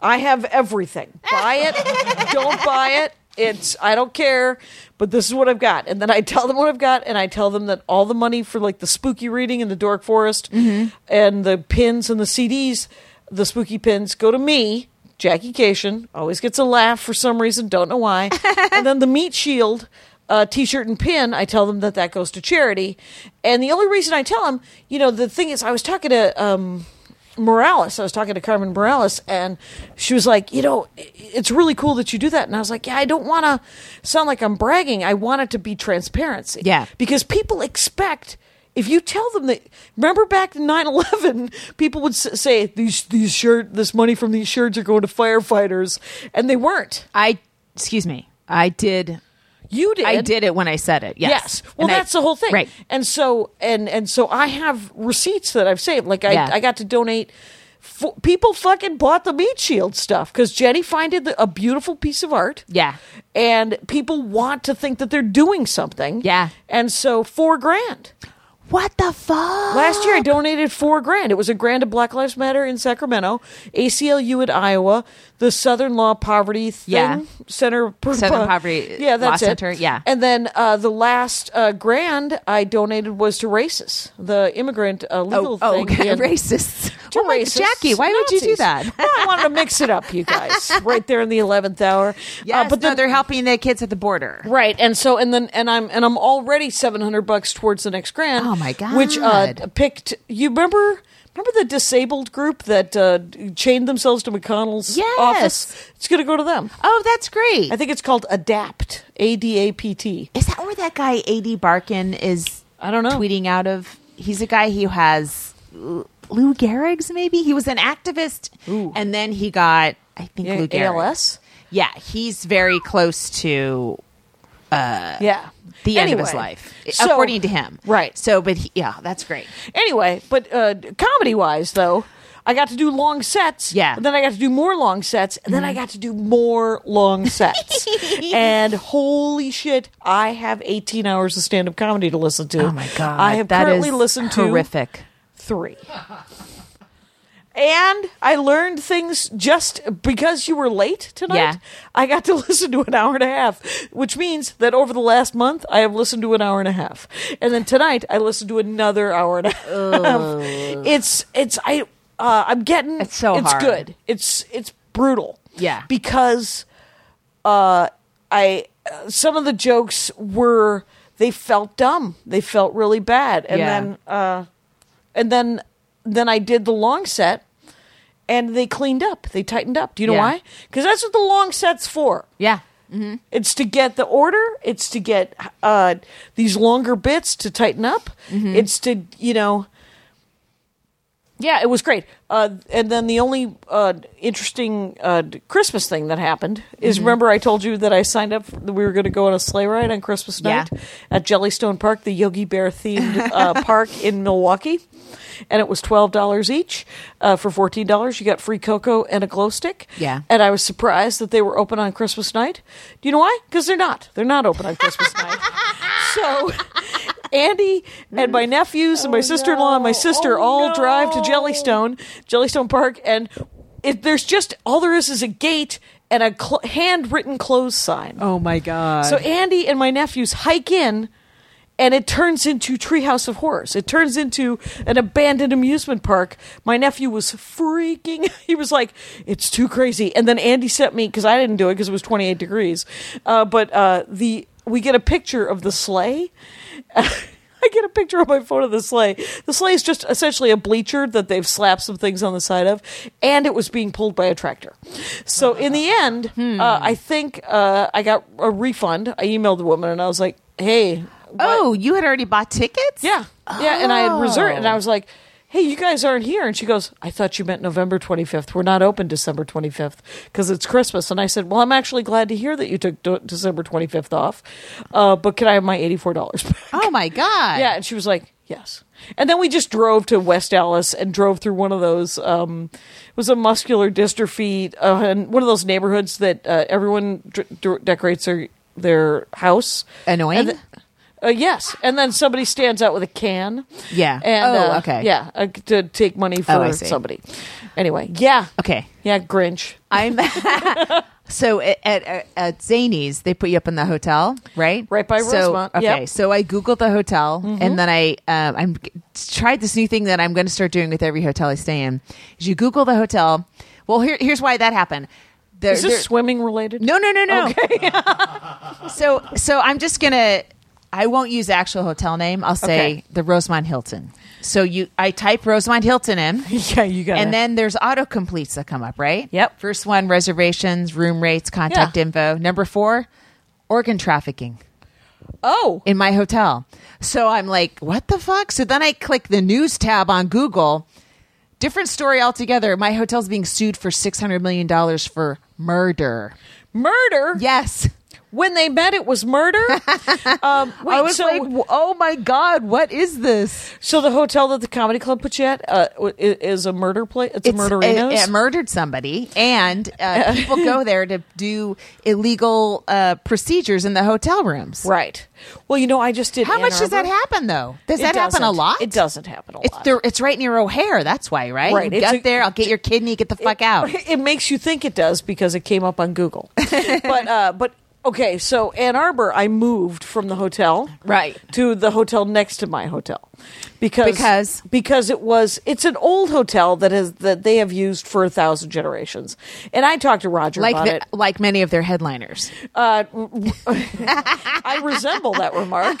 Speaker 3: I have everything. Buy it. don't buy it. It's I don't care. But this is what I've got, and then I tell them what I've got, and I tell them that all the money for like the spooky reading in the Dork Forest and the pins and the CDs, the spooky pins go to me. Jackie Cation always gets a laugh for some reason, don't know why. and then the meat shield uh, t-shirt and pin i tell them that that goes to charity and the only reason i tell them you know the thing is i was talking to um, morales i was talking to carmen morales and she was like you know i- it's really cool that you do that and i was like yeah i don't want to sound like i'm bragging i want it to be transparency
Speaker 2: Yeah.
Speaker 3: because people expect if you tell them that remember back to 9-11 people would s- say these these shirt this money from these shirts are going to firefighters and they weren't
Speaker 2: I excuse me. I did.
Speaker 3: you did
Speaker 2: I did it when I said it. Yes.
Speaker 3: Yes. Well,
Speaker 2: And I-
Speaker 3: that's the whole thing.
Speaker 2: Right.
Speaker 3: And so and and so I have receipts that I've saved. Like I
Speaker 2: Yeah.
Speaker 3: I got to donate. Fo- people fucking bought the meat shield stuff because Jenny finded the, a beautiful piece of art.
Speaker 2: Yeah.
Speaker 3: And people want to think that they're doing something.
Speaker 2: Yeah.
Speaker 3: And so four grand.
Speaker 2: What the fuck?
Speaker 3: Last year, I donated four grand. It was a grand to Black Lives Matter in Sacramento, ACLU in Iowa, the Southern Law Poverty thing,
Speaker 2: Yeah.
Speaker 3: Center for-
Speaker 2: Southern Poverty
Speaker 3: yeah, that's
Speaker 2: Law
Speaker 3: it.
Speaker 2: Center, yeah.
Speaker 3: And then uh, the last uh, grand I donated was to Races, the immigrant uh, legal
Speaker 2: Oh, oh
Speaker 3: thing.
Speaker 2: [laughs] okay.
Speaker 3: in-
Speaker 2: racists.
Speaker 3: to
Speaker 2: oh my,
Speaker 3: racists,
Speaker 2: Jackie, why would you do
Speaker 3: Nazis. Uh, well,
Speaker 2: that?
Speaker 3: I wanted to mix it up,
Speaker 2: [laughs]
Speaker 3: you guys, right there in the eleventh hour. Uh,
Speaker 2: Yes,
Speaker 3: but
Speaker 2: but no,
Speaker 3: the-
Speaker 2: they're helping the kids at the border.
Speaker 3: Right, and so and then and I'm and I'm already seven hundred bucks towards the next grand.
Speaker 2: Oh, my God.
Speaker 3: Which uh, picked you remember remember the disabled group that uh, chained themselves to McConnell's
Speaker 2: Yes.
Speaker 3: office? It's going to go to them.
Speaker 2: Oh, that's great.
Speaker 3: I think it's called Adapt A D A P T.
Speaker 2: Is that where that guy Ad Barkin is?
Speaker 3: I don't know.
Speaker 2: Tweeting out of he's a guy who has L- Lou Gehrig's maybe he was an activist and then he got I think
Speaker 3: Yeah,
Speaker 2: Lou Gehrig.
Speaker 3: ALS?
Speaker 2: Yeah, he's very close to
Speaker 3: Yeah,
Speaker 2: Uh, the end of his
Speaker 3: Anyway,
Speaker 2: life,
Speaker 3: so-
Speaker 2: according to him.
Speaker 3: Right.
Speaker 2: So, but he, yeah, that's great.
Speaker 3: Anyway, but uh, comedy wise, though, I got to do long sets.
Speaker 2: Yeah. Mm-hmm.
Speaker 3: And then I got to do more long sets. And then I got to do more
Speaker 2: [laughs]
Speaker 3: long sets. and holy shit, I have 18 hours of stand up comedy to listen to.
Speaker 2: Oh my god!
Speaker 3: I have
Speaker 2: that
Speaker 3: currently
Speaker 2: is
Speaker 3: listened to
Speaker 2: horrific.
Speaker 3: three. And I learned things just because you were late tonight.
Speaker 2: Yeah.
Speaker 3: I got to [laughs] listen to an hour and a half, which means that over the last month, I have listened to an hour and a half. And then tonight, I listened to another hour and a [laughs] half. it's, it's, I, uh, I'm getting,
Speaker 2: It's so
Speaker 3: it's
Speaker 2: hard.
Speaker 3: good. It's, it's brutal.
Speaker 2: Yeah.
Speaker 3: Because, uh, I, uh, some of the jokes were, they felt dumb. They felt really bad. And
Speaker 2: Yeah.
Speaker 3: then, uh, and then then I did the long set and they cleaned up they tightened up do you know
Speaker 2: Yeah.
Speaker 3: why because that's what the long set's for
Speaker 2: Yeah.
Speaker 3: it's to get the order it's to get uh, these longer bits to tighten up it's to you know yeah it was great uh, and then the only uh, interesting uh, christmas thing that happened is remember i told you that i signed up that we were going to go on a sleigh ride on christmas
Speaker 2: Yeah.
Speaker 3: night at jellystone park the yogi bear themed uh, park in milwaukee and it was $12 each uh, for $14 you got free cocoa and a glow stick
Speaker 2: Yeah.
Speaker 3: and I was surprised that they were open
Speaker 2: [laughs]
Speaker 3: on Christmas night. Do you know why? Because they're not. They're not open on Christmas night. So Andy and my nephews and my sister in law and my sister
Speaker 2: Oh,
Speaker 3: all
Speaker 2: no.
Speaker 3: drive to Jellystone, Jellystone Park, and it, there's just all there is is a gate and a cl- handwritten close sign.
Speaker 2: Oh my god.
Speaker 3: So Andy and my nephews hike in, and it turns into Treehouse of Horrors. It turns into an abandoned amusement park. My nephew was freaking. [laughs] He was like, "It's too crazy." And then Andy sent me because I didn't do it because it was 28 degrees. Uh, but uh, the we get a picture of the sleigh. [laughs] I get a picture on my phone of the sleigh. The sleigh is just essentially a bleacher that they've slapped some things on the side of, and it was being pulled by a tractor. So in the end, uh, I think uh, I got a refund. I emailed the woman and I was like, "Hey,
Speaker 2: oh, you had already bought tickets?
Speaker 3: yeah, yeah," and I had reserved, and
Speaker 2: Oh.
Speaker 3: I was like. Hey, you guys aren't here. And she goes, I thought you meant November 25th. We're not open December 25th because it's Christmas. And I said, Well, I'm actually glad to hear that you took De- December 25th off, uh, but can I have my $84 back?
Speaker 2: Oh my god.
Speaker 3: Yeah, and she was like, "Yes." And then we just drove to West Dallas and drove through one of those. Um, it was a muscular dystrophy, uh, and one of those neighborhoods that uh, everyone dr- dr- decorates their their house.
Speaker 2: Annoying?
Speaker 3: And th- uh, yes, and then somebody stands out with a can.
Speaker 2: Yeah.
Speaker 3: And,
Speaker 2: Oh,
Speaker 3: uh,
Speaker 2: okay.
Speaker 3: Yeah, uh, to take money for
Speaker 2: Oh, I see.
Speaker 3: somebody. Anyway, yeah.
Speaker 2: Okay.
Speaker 3: Yeah, Grinch.
Speaker 2: I'm [laughs] so at, at at Zanies they put you up in the hotel, right?
Speaker 3: Right by
Speaker 2: so,
Speaker 3: Rosemont,
Speaker 2: Okay,
Speaker 3: yep. Mm-hmm.
Speaker 2: so I googled the hotel, and then I um, I'm tried this new thing that I'm going to start doing with every hotel I stay in. Is you Google the hotel. Well, here here's why that happened. There,
Speaker 3: Is this
Speaker 2: there-
Speaker 3: swimming related?
Speaker 2: no, no, no, no. [laughs] so so I'm just gonna. I won't use the actual hotel name. I'll say
Speaker 3: Okay.
Speaker 2: the Rosemont Hilton. So you, I type Rosemont Hilton in.
Speaker 3: [laughs] yeah, you got.
Speaker 2: And then there's autocompletes that come up, right?
Speaker 3: Yep.
Speaker 2: First one reservations, room rates, contact
Speaker 3: Yeah.
Speaker 2: info. Number four, organ trafficking
Speaker 3: oh,
Speaker 2: in my hotel. So I'm like, what the fuck? So then I click the news tab on Google. Different story altogether. My hotel's being sued for $600 million for murder.
Speaker 3: murder.
Speaker 2: Yes.
Speaker 3: When they met, it was murder.
Speaker 2: [laughs]
Speaker 3: um, wait,
Speaker 2: I was
Speaker 3: so-
Speaker 2: like, w- oh my God, what is this?
Speaker 3: So the hotel that the comedy club put you at uh, i- is a murder place. It's, a murderino's.
Speaker 2: It, it murdered somebody, and uh, people go
Speaker 3: [laughs]
Speaker 2: there to do illegal uh, procedures in the hotel rooms.
Speaker 3: right. Well, you know, I just did.
Speaker 2: How
Speaker 3: Ann
Speaker 2: much does that
Speaker 3: Arbor.
Speaker 2: happen though? Does
Speaker 3: It
Speaker 2: that happen a
Speaker 3: doesn't.
Speaker 2: lot?
Speaker 3: It doesn't happen a
Speaker 2: It's
Speaker 3: lot.
Speaker 2: there, it's right near O'Hare. That's why, right?
Speaker 3: Right,
Speaker 2: You
Speaker 3: it's
Speaker 2: get
Speaker 3: a-
Speaker 2: there. I'll get your kidney. Get the fuck
Speaker 3: [laughs]
Speaker 2: out.
Speaker 3: It makes you think it does because it came up
Speaker 2: [laughs]
Speaker 3: on Google. but uh, but okay, so Ann Arbor, I moved from the hotel
Speaker 2: Right.
Speaker 3: to the hotel next to my hotel because
Speaker 2: Because?
Speaker 3: because it was it's an old hotel that has that they have used for a thousand generations. And I talked to Roger
Speaker 2: Like
Speaker 3: about
Speaker 2: the,
Speaker 3: it.
Speaker 2: like many of their
Speaker 3: [laughs]
Speaker 2: headliners.
Speaker 3: Uh, I resemble that remark.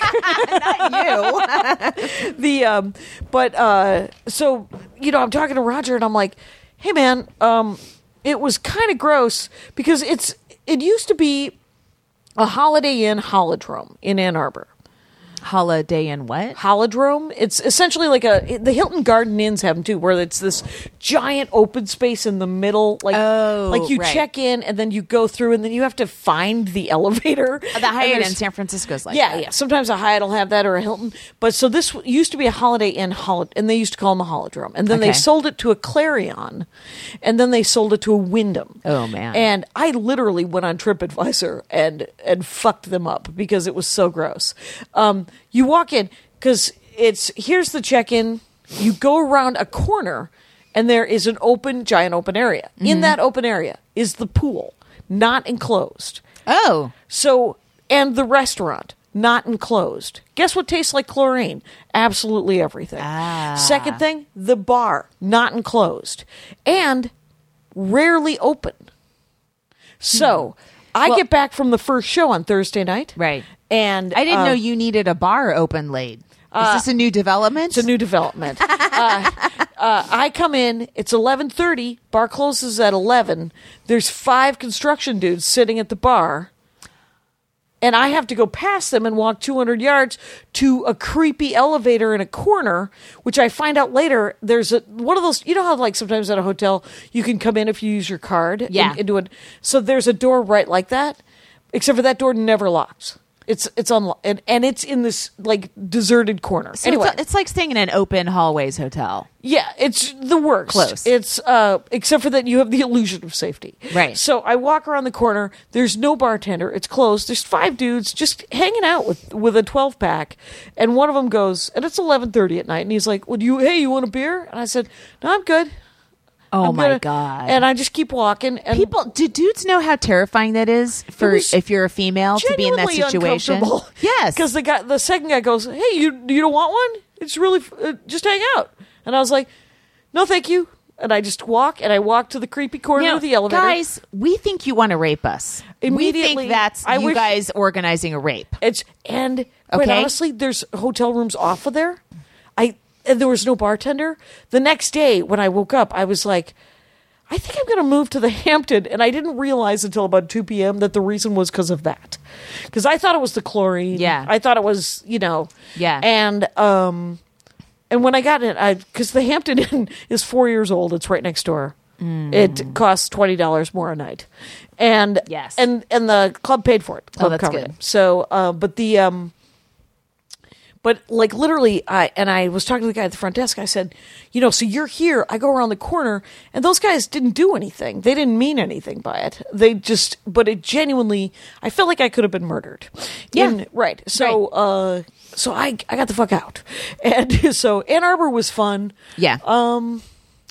Speaker 2: you.
Speaker 3: [laughs] the um but uh so you know i'm talking to roger and i'm like hey man um it was kind of gross because it's it used to be a holiday inn holodrome in ann arbor
Speaker 2: [laughs] Holiday and what?
Speaker 3: holodrome it's essentially like a the hilton garden inns have them too where it's this giant open space in the middle like
Speaker 2: Oh,
Speaker 3: like you
Speaker 2: right.
Speaker 3: check in and then you go through and then you have to find the [laughs] elevator
Speaker 2: The Hyatt Oh, in
Speaker 3: And there's-
Speaker 2: San Francisco's like
Speaker 3: yeah,
Speaker 2: that.
Speaker 3: yeah. Sometimes a Hyatt will have that or a Hilton. But so this w- used to be a Holiday Inn, hol- and they used to call them a Holodrome. And then they
Speaker 2: Okay.
Speaker 3: sold it to a Clarion, and then they sold it to a Wyndham.
Speaker 2: Oh, man.
Speaker 3: And I literally went on TripAdvisor and and fucked them up because it was so gross. Um, you walk in because it's here's the check in. You go around a corner, and there is an open, giant open area.
Speaker 2: Mm-hmm.
Speaker 3: In that open area is the pool, not enclosed.
Speaker 2: Oh,
Speaker 3: So, and the restaurant, not enclosed. Guess what tastes like chlorine? Absolutely everything.
Speaker 2: Ah.
Speaker 3: Second thing, the bar, not enclosed. And rarely open. So, I
Speaker 2: Hmm. Well-
Speaker 3: get back from the first show on Thursday night.
Speaker 2: Right.
Speaker 3: And
Speaker 2: I didn't
Speaker 3: uh,
Speaker 2: know you needed a bar open late. Is this a new development?
Speaker 3: It's a new development. uh, uh, I come in. It's eleven thirty. Bar closes at eleven. There's five construction dudes sitting at the bar, and I have to go past them and walk two hundred yards to a creepy elevator in a corner, which I find out later. There's a one of those. You know how like sometimes at a hotel you can come in if you use your card. in-
Speaker 2: Yeah.
Speaker 3: into it. So there's a door right like that, except for that door never locks. It's it's on and, and it's in this like deserted corner.
Speaker 2: So
Speaker 3: anyway,
Speaker 2: it's, it's like staying in an open hallways hotel.
Speaker 3: yeah, it's the worst.
Speaker 2: Close.
Speaker 3: It's uh except for that you have the illusion of safety.
Speaker 2: Right.
Speaker 3: So I walk around the corner, there's no bartender, it's closed. There's five dudes just hanging out with with a 12 pack and one of them goes and it's 11:30 at night and he's like, "Would you hey, you want a beer?" And I said, "No, I'm good."
Speaker 2: Oh
Speaker 3: I'm
Speaker 2: my
Speaker 3: gonna-"
Speaker 2: god!
Speaker 3: And I just keep walking and
Speaker 2: People, do dudes know how terrifying that is for
Speaker 3: was
Speaker 2: if you're a female to be in that situation? [laughs]
Speaker 3: [laughs]
Speaker 2: Yes,
Speaker 3: Because the guy, the second guy goes, "Hey, you you don't want one? It's really f- uh, just hang out." And I was like, "No, thank you." And I just walk and I walk to the creepy corner
Speaker 2: You know,
Speaker 3: of the elevator.
Speaker 2: guys, we think you want to rape us. we
Speaker 3: Immediately,
Speaker 2: think that's
Speaker 3: I
Speaker 2: you
Speaker 3: wish-
Speaker 2: guys organizing a rape.
Speaker 3: it's and quite
Speaker 2: Okay.
Speaker 3: honestly, there's hotel rooms off of there. I and there was no bartender. The next day when I woke up, I was like. I think I'm going to move to the [laughs] Hampton, and I didn't realize until about 2 p.m. that the reason was because of that, because I thought it was the chlorine.
Speaker 2: Yeah.
Speaker 3: I thought it was you know.
Speaker 2: Yeah.
Speaker 3: and um, and when I got it, I because the Hampton [laughs] Inn is four years old. It's right next door.
Speaker 2: Mm.
Speaker 3: It costs twenty dollars more a night, and
Speaker 2: Yes.
Speaker 3: and and the club paid for it. Club
Speaker 2: that's
Speaker 3: covered
Speaker 2: good.
Speaker 3: it. Oh, So, uh, but the um, but like literally, I and I was talking to the guy at the front desk. I said, you know, so you're here. I go around the corner, and those guys didn't do anything. They didn't mean anything by it. They just, but it genuinely, I felt like I could have been murdered.
Speaker 2: Yeah.
Speaker 3: And- right. So, uh, so I I got the fuck out, [laughs] and so Ann Arbor was fun.
Speaker 2: Yeah. Um,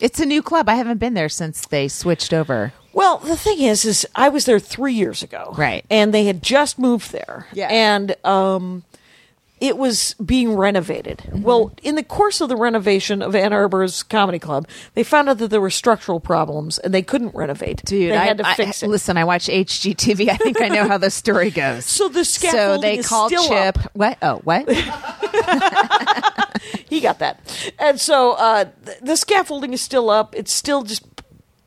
Speaker 2: it's a new club. I haven't been there since they switched over.
Speaker 3: Well, the thing is, is I was there three years ago,
Speaker 2: Right.
Speaker 3: And they had just moved there,
Speaker 2: Yeah.
Speaker 3: And um, it was being renovated.
Speaker 2: Mm-hmm.
Speaker 3: Well, in the course of the renovation of Ann Arbor's comedy club, they found out that there were structural problems and they couldn't renovate.
Speaker 2: Dude,
Speaker 3: they
Speaker 2: I
Speaker 3: had to
Speaker 2: I-
Speaker 3: fix it.
Speaker 2: Listen, I watch HGTV. I think I know how the
Speaker 3: [laughs]
Speaker 2: story goes.
Speaker 3: So the
Speaker 2: so
Speaker 3: scaffolding
Speaker 2: they
Speaker 3: is
Speaker 2: called
Speaker 3: still
Speaker 2: Chip.
Speaker 3: up.
Speaker 2: What? Oh,
Speaker 3: [laughs]
Speaker 2: what?
Speaker 3: he got that. And so uh, th- the scaffolding is still up. It's still just.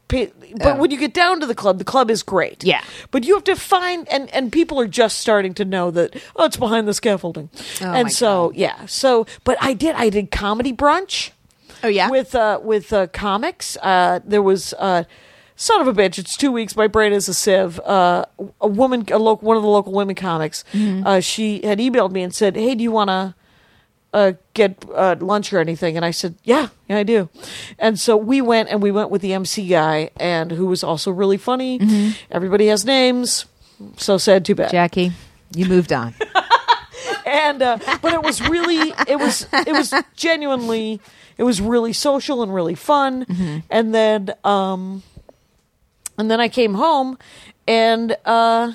Speaker 3: pa- But
Speaker 2: Oh.
Speaker 3: when you get down to the club, the club is great.
Speaker 2: Yeah.
Speaker 3: But you have to find, and, and people are just starting to know that, oh, it's behind the scaffolding.
Speaker 2: Oh my
Speaker 3: and so, yeah. So, but I did, I did comedy brunch
Speaker 2: Oh yeah.
Speaker 3: with uh with uh comics uh there was uh son of a bitch it's two weeks my brain is a sieve uh a woman a local one of the local women comics
Speaker 2: Mm-hmm.
Speaker 3: uh she had emailed me and said hey do you want to uh, get uh, lunch or anything, and I said, "Yeah, yeah, I do." And so we went, and we went with the MC guy, and who was also really funny.
Speaker 2: Mm-hmm.
Speaker 3: Everybody has names, so sad, too bad
Speaker 2: Jackie, you moved on.
Speaker 3: and uh, but it was really it was it was genuinely it was really social and really fun and then um and then i came home and uh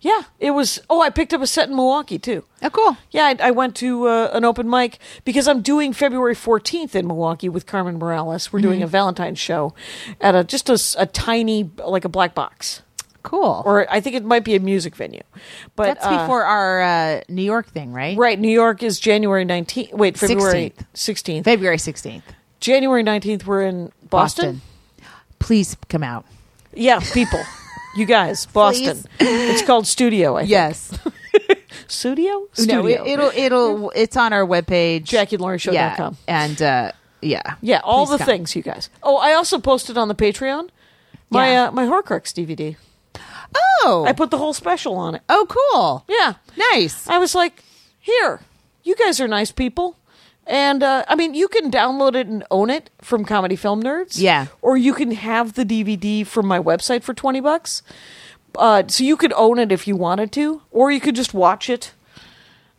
Speaker 3: yeah it was oh i picked up a set in milwaukee too
Speaker 2: oh, cool.
Speaker 3: yeah, I, I went to uh, an open mic because I'm doing February 14th in Milwaukee with Carmen Morales. We're doing a Valentine's show at a just a s a a tiny like a black box,
Speaker 2: Cool.
Speaker 3: or I think it might be a music venue. But
Speaker 2: That's
Speaker 3: uh,
Speaker 2: before our uh, New York thing, right?
Speaker 3: Right, New York is January 19th. Wait, February 16th.
Speaker 2: February sixteenth,
Speaker 3: January 19th, we're in Boston.
Speaker 2: Please come out.
Speaker 3: Yeah, people.
Speaker 2: [laughs]
Speaker 3: You guys, Boston. It's called Studio, I think.
Speaker 2: Yes.
Speaker 3: Studio? Studio.
Speaker 2: no, it, it'll it'll it's on our webpage,
Speaker 3: JackieLaurenShow.com.
Speaker 2: Yeah, and uh, yeah,
Speaker 3: Yeah, all
Speaker 2: Please
Speaker 3: the
Speaker 2: come.
Speaker 3: things, you guys. Oh, I also posted on the Patreon my
Speaker 2: Yeah.
Speaker 3: uh, my Horcrux DVD.
Speaker 2: Oh,
Speaker 3: I put the whole special on it.
Speaker 2: oh, cool.
Speaker 3: Yeah.
Speaker 2: Nice.
Speaker 3: I was like, here, you guys are nice people. And uh, I mean, you can download it and own it from Comedy Film Nerds.
Speaker 2: Yeah.
Speaker 3: Or you can have the DVD from my website for 20 bucks. Uh, so you could own it if you wanted to, or you could just watch it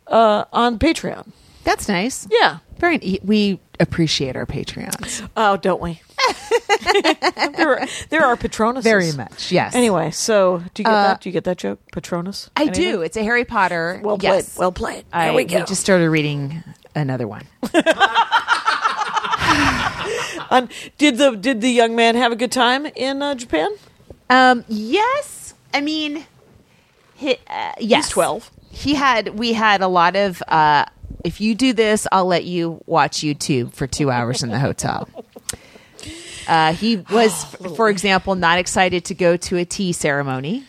Speaker 3: uh, on Patreon.
Speaker 2: That's nice.
Speaker 3: Yeah.
Speaker 2: Very. e- We appreciate our Patreons
Speaker 3: Oh, don't we? [laughs] there, are, there are Patronuses.
Speaker 2: very much. Yes.
Speaker 3: Anyway, so do you get that? Do you get that joke? Patronus?
Speaker 2: I
Speaker 3: Anything?
Speaker 2: do. It's a Harry Potter.
Speaker 3: Well played.
Speaker 2: yes.
Speaker 3: Well played. There
Speaker 2: I
Speaker 3: we go.
Speaker 2: just started reading another one.
Speaker 3: Um, did the did the young man have a good time in uh, Japan?
Speaker 2: Um, yes, I mean, he, uh, yes,
Speaker 3: 12.
Speaker 2: He had we had a lot of. Uh, if you do this, I'll let you watch YouTube for two hours in the hotel. Uh, he was, for example, not excited to go to a tea ceremony.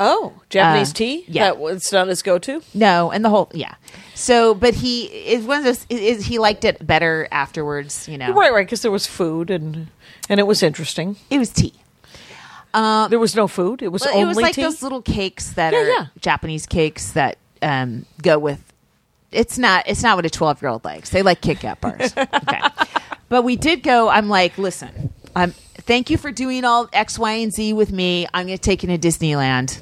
Speaker 3: Oh, Japanese
Speaker 2: Uh,
Speaker 3: tea.
Speaker 2: yeah.
Speaker 3: that, it's not his go-to.
Speaker 2: No, and the whole yeah. So, but he is one of those. Is he liked it better afterwards? You know,
Speaker 3: Right, right, because there was food and and it was interesting.
Speaker 2: it was tea.
Speaker 3: there was no food. Uh, It was
Speaker 2: Well,
Speaker 3: only
Speaker 2: it was like
Speaker 3: tea.
Speaker 2: those little cakes that
Speaker 3: Yeah,
Speaker 2: are
Speaker 3: yeah.
Speaker 2: Japanese cakes that um, go with. It's not. It's not what a twelve year old likes. They like Kit Kat
Speaker 3: [laughs]
Speaker 2: bars. okay, but we did go. I'm like, listen. I'm. Thank you for doing all X, Y, and Z with me. I'm going to take you to Disneyland.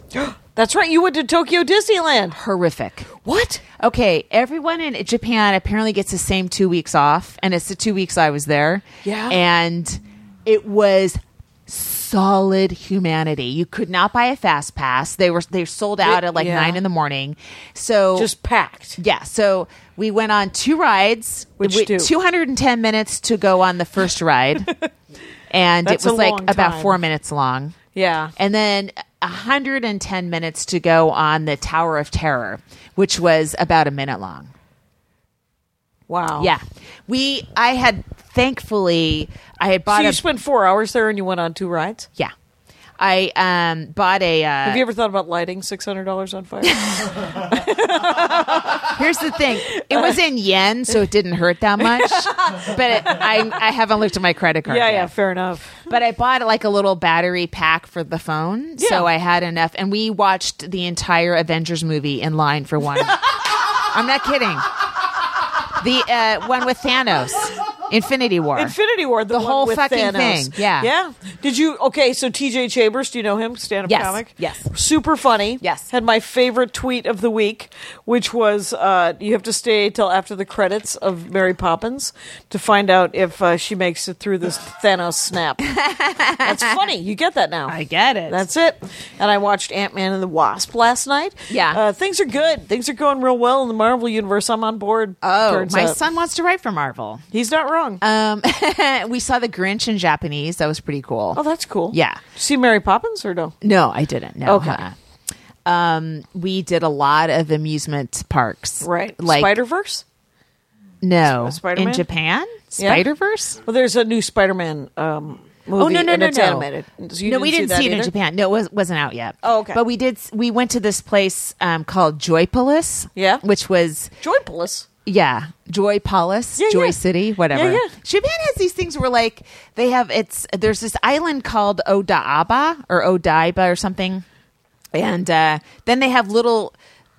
Speaker 3: That's right. You went to Tokyo Disneyland.
Speaker 2: Horrific.
Speaker 3: What?
Speaker 2: Okay, everyone in Japan apparently gets the same two weeks off, and it's the two weeks I was there.
Speaker 3: Yeah.
Speaker 2: And it was solid humanity. You could not buy a fast pass. They were they sold out at like
Speaker 3: Yeah.
Speaker 2: nine in the morning. So
Speaker 3: Just packed.
Speaker 2: yeah, so we went on two rides.
Speaker 3: Which
Speaker 2: we,
Speaker 3: two?
Speaker 2: 210 minutes to go on the first
Speaker 3: [laughs]
Speaker 2: ride. and it
Speaker 3: That's
Speaker 2: was
Speaker 3: a
Speaker 2: like
Speaker 3: long
Speaker 2: about
Speaker 3: time.
Speaker 2: 4 minutes long.
Speaker 3: Yeah.
Speaker 2: And then 110 minutes to go on the Tower of Terror, which was about a minute long.
Speaker 3: Wow.
Speaker 2: Yeah. We I had thankfully I had
Speaker 3: So
Speaker 2: bought
Speaker 3: you
Speaker 2: a
Speaker 3: spent four hours there and you went on two rides.
Speaker 2: yeah. I um bought a uh
Speaker 3: Have you ever thought about lighting six hundred dollars on [laughs] fire?
Speaker 2: Here's the thing. It was in yen, so it didn't hurt that
Speaker 3: [laughs]
Speaker 2: much. but it, I I haven't looked at my credit card.
Speaker 3: yeah,
Speaker 2: yet.
Speaker 3: yeah, fair enough.
Speaker 2: But I bought like a little battery pack for the phone,
Speaker 3: Yeah.
Speaker 2: so I had enough. And we watched the entire Avengers movie in line for [laughs] one. I'm not kidding. The uh, one with Thanos, Infinity War.
Speaker 3: Infinity War, the, one
Speaker 2: whole
Speaker 3: with
Speaker 2: fucking
Speaker 3: Thanos.
Speaker 2: thing, yeah.
Speaker 3: yeah. Did you? Okay, so T.J. Chambers, do you know him? Stand-up
Speaker 2: Yes,
Speaker 3: comic.
Speaker 2: yes.
Speaker 3: Super funny.
Speaker 2: Yes.
Speaker 3: Had my favorite tweet of the week, which was, uh, "You have to stay till after the credits of Mary Poppins to find out if uh, she makes it through this
Speaker 2: [laughs]
Speaker 3: Thanos snap." That's funny. You get that now.
Speaker 2: I get it.
Speaker 3: That's it. And I watched Ant Man and the Wasp last night.
Speaker 2: Yeah.
Speaker 3: Uh, things are good. Things are going real well in the Marvel universe. I'm on board.
Speaker 2: oh,
Speaker 3: turns
Speaker 2: my
Speaker 3: out.
Speaker 2: son wants to write for Marvel.
Speaker 3: He's not wrong.
Speaker 2: Um, we saw the Grinch in Japanese. That was pretty cool.
Speaker 3: oh, that's cool.
Speaker 2: Yeah.
Speaker 3: Did you see Mary Poppins or no?
Speaker 2: No, I didn't. No.
Speaker 3: Okay.
Speaker 2: uh-uh. Um, we did a lot of amusement parks.
Speaker 3: Right.
Speaker 2: Like
Speaker 3: Spider Verse?
Speaker 2: No.
Speaker 3: Sp- Spider-Man?
Speaker 2: In Japan?
Speaker 3: Yeah.
Speaker 2: Spider Verse?
Speaker 3: Well, there's a new Spider Man um, movie.
Speaker 2: Oh no no
Speaker 3: and
Speaker 2: no
Speaker 3: it's
Speaker 2: no!
Speaker 3: animated. So you
Speaker 2: no, we didn't see,
Speaker 3: that
Speaker 2: it in
Speaker 3: either?
Speaker 2: Japan. No, it was, wasn't out yet.
Speaker 3: Oh, okay.
Speaker 2: But we did. s- We went to this place um, called Joypolis.
Speaker 3: Yeah.
Speaker 2: Which was
Speaker 3: Joypolis.
Speaker 2: yeah, Joy Palace,
Speaker 3: Yeah,
Speaker 2: Joy
Speaker 3: yeah.
Speaker 2: City, whatever.
Speaker 3: Yeah, yeah.
Speaker 2: Japan has these things where like they have it's there's this island called Odaaba or Odaiba or something, and uh, then they have little.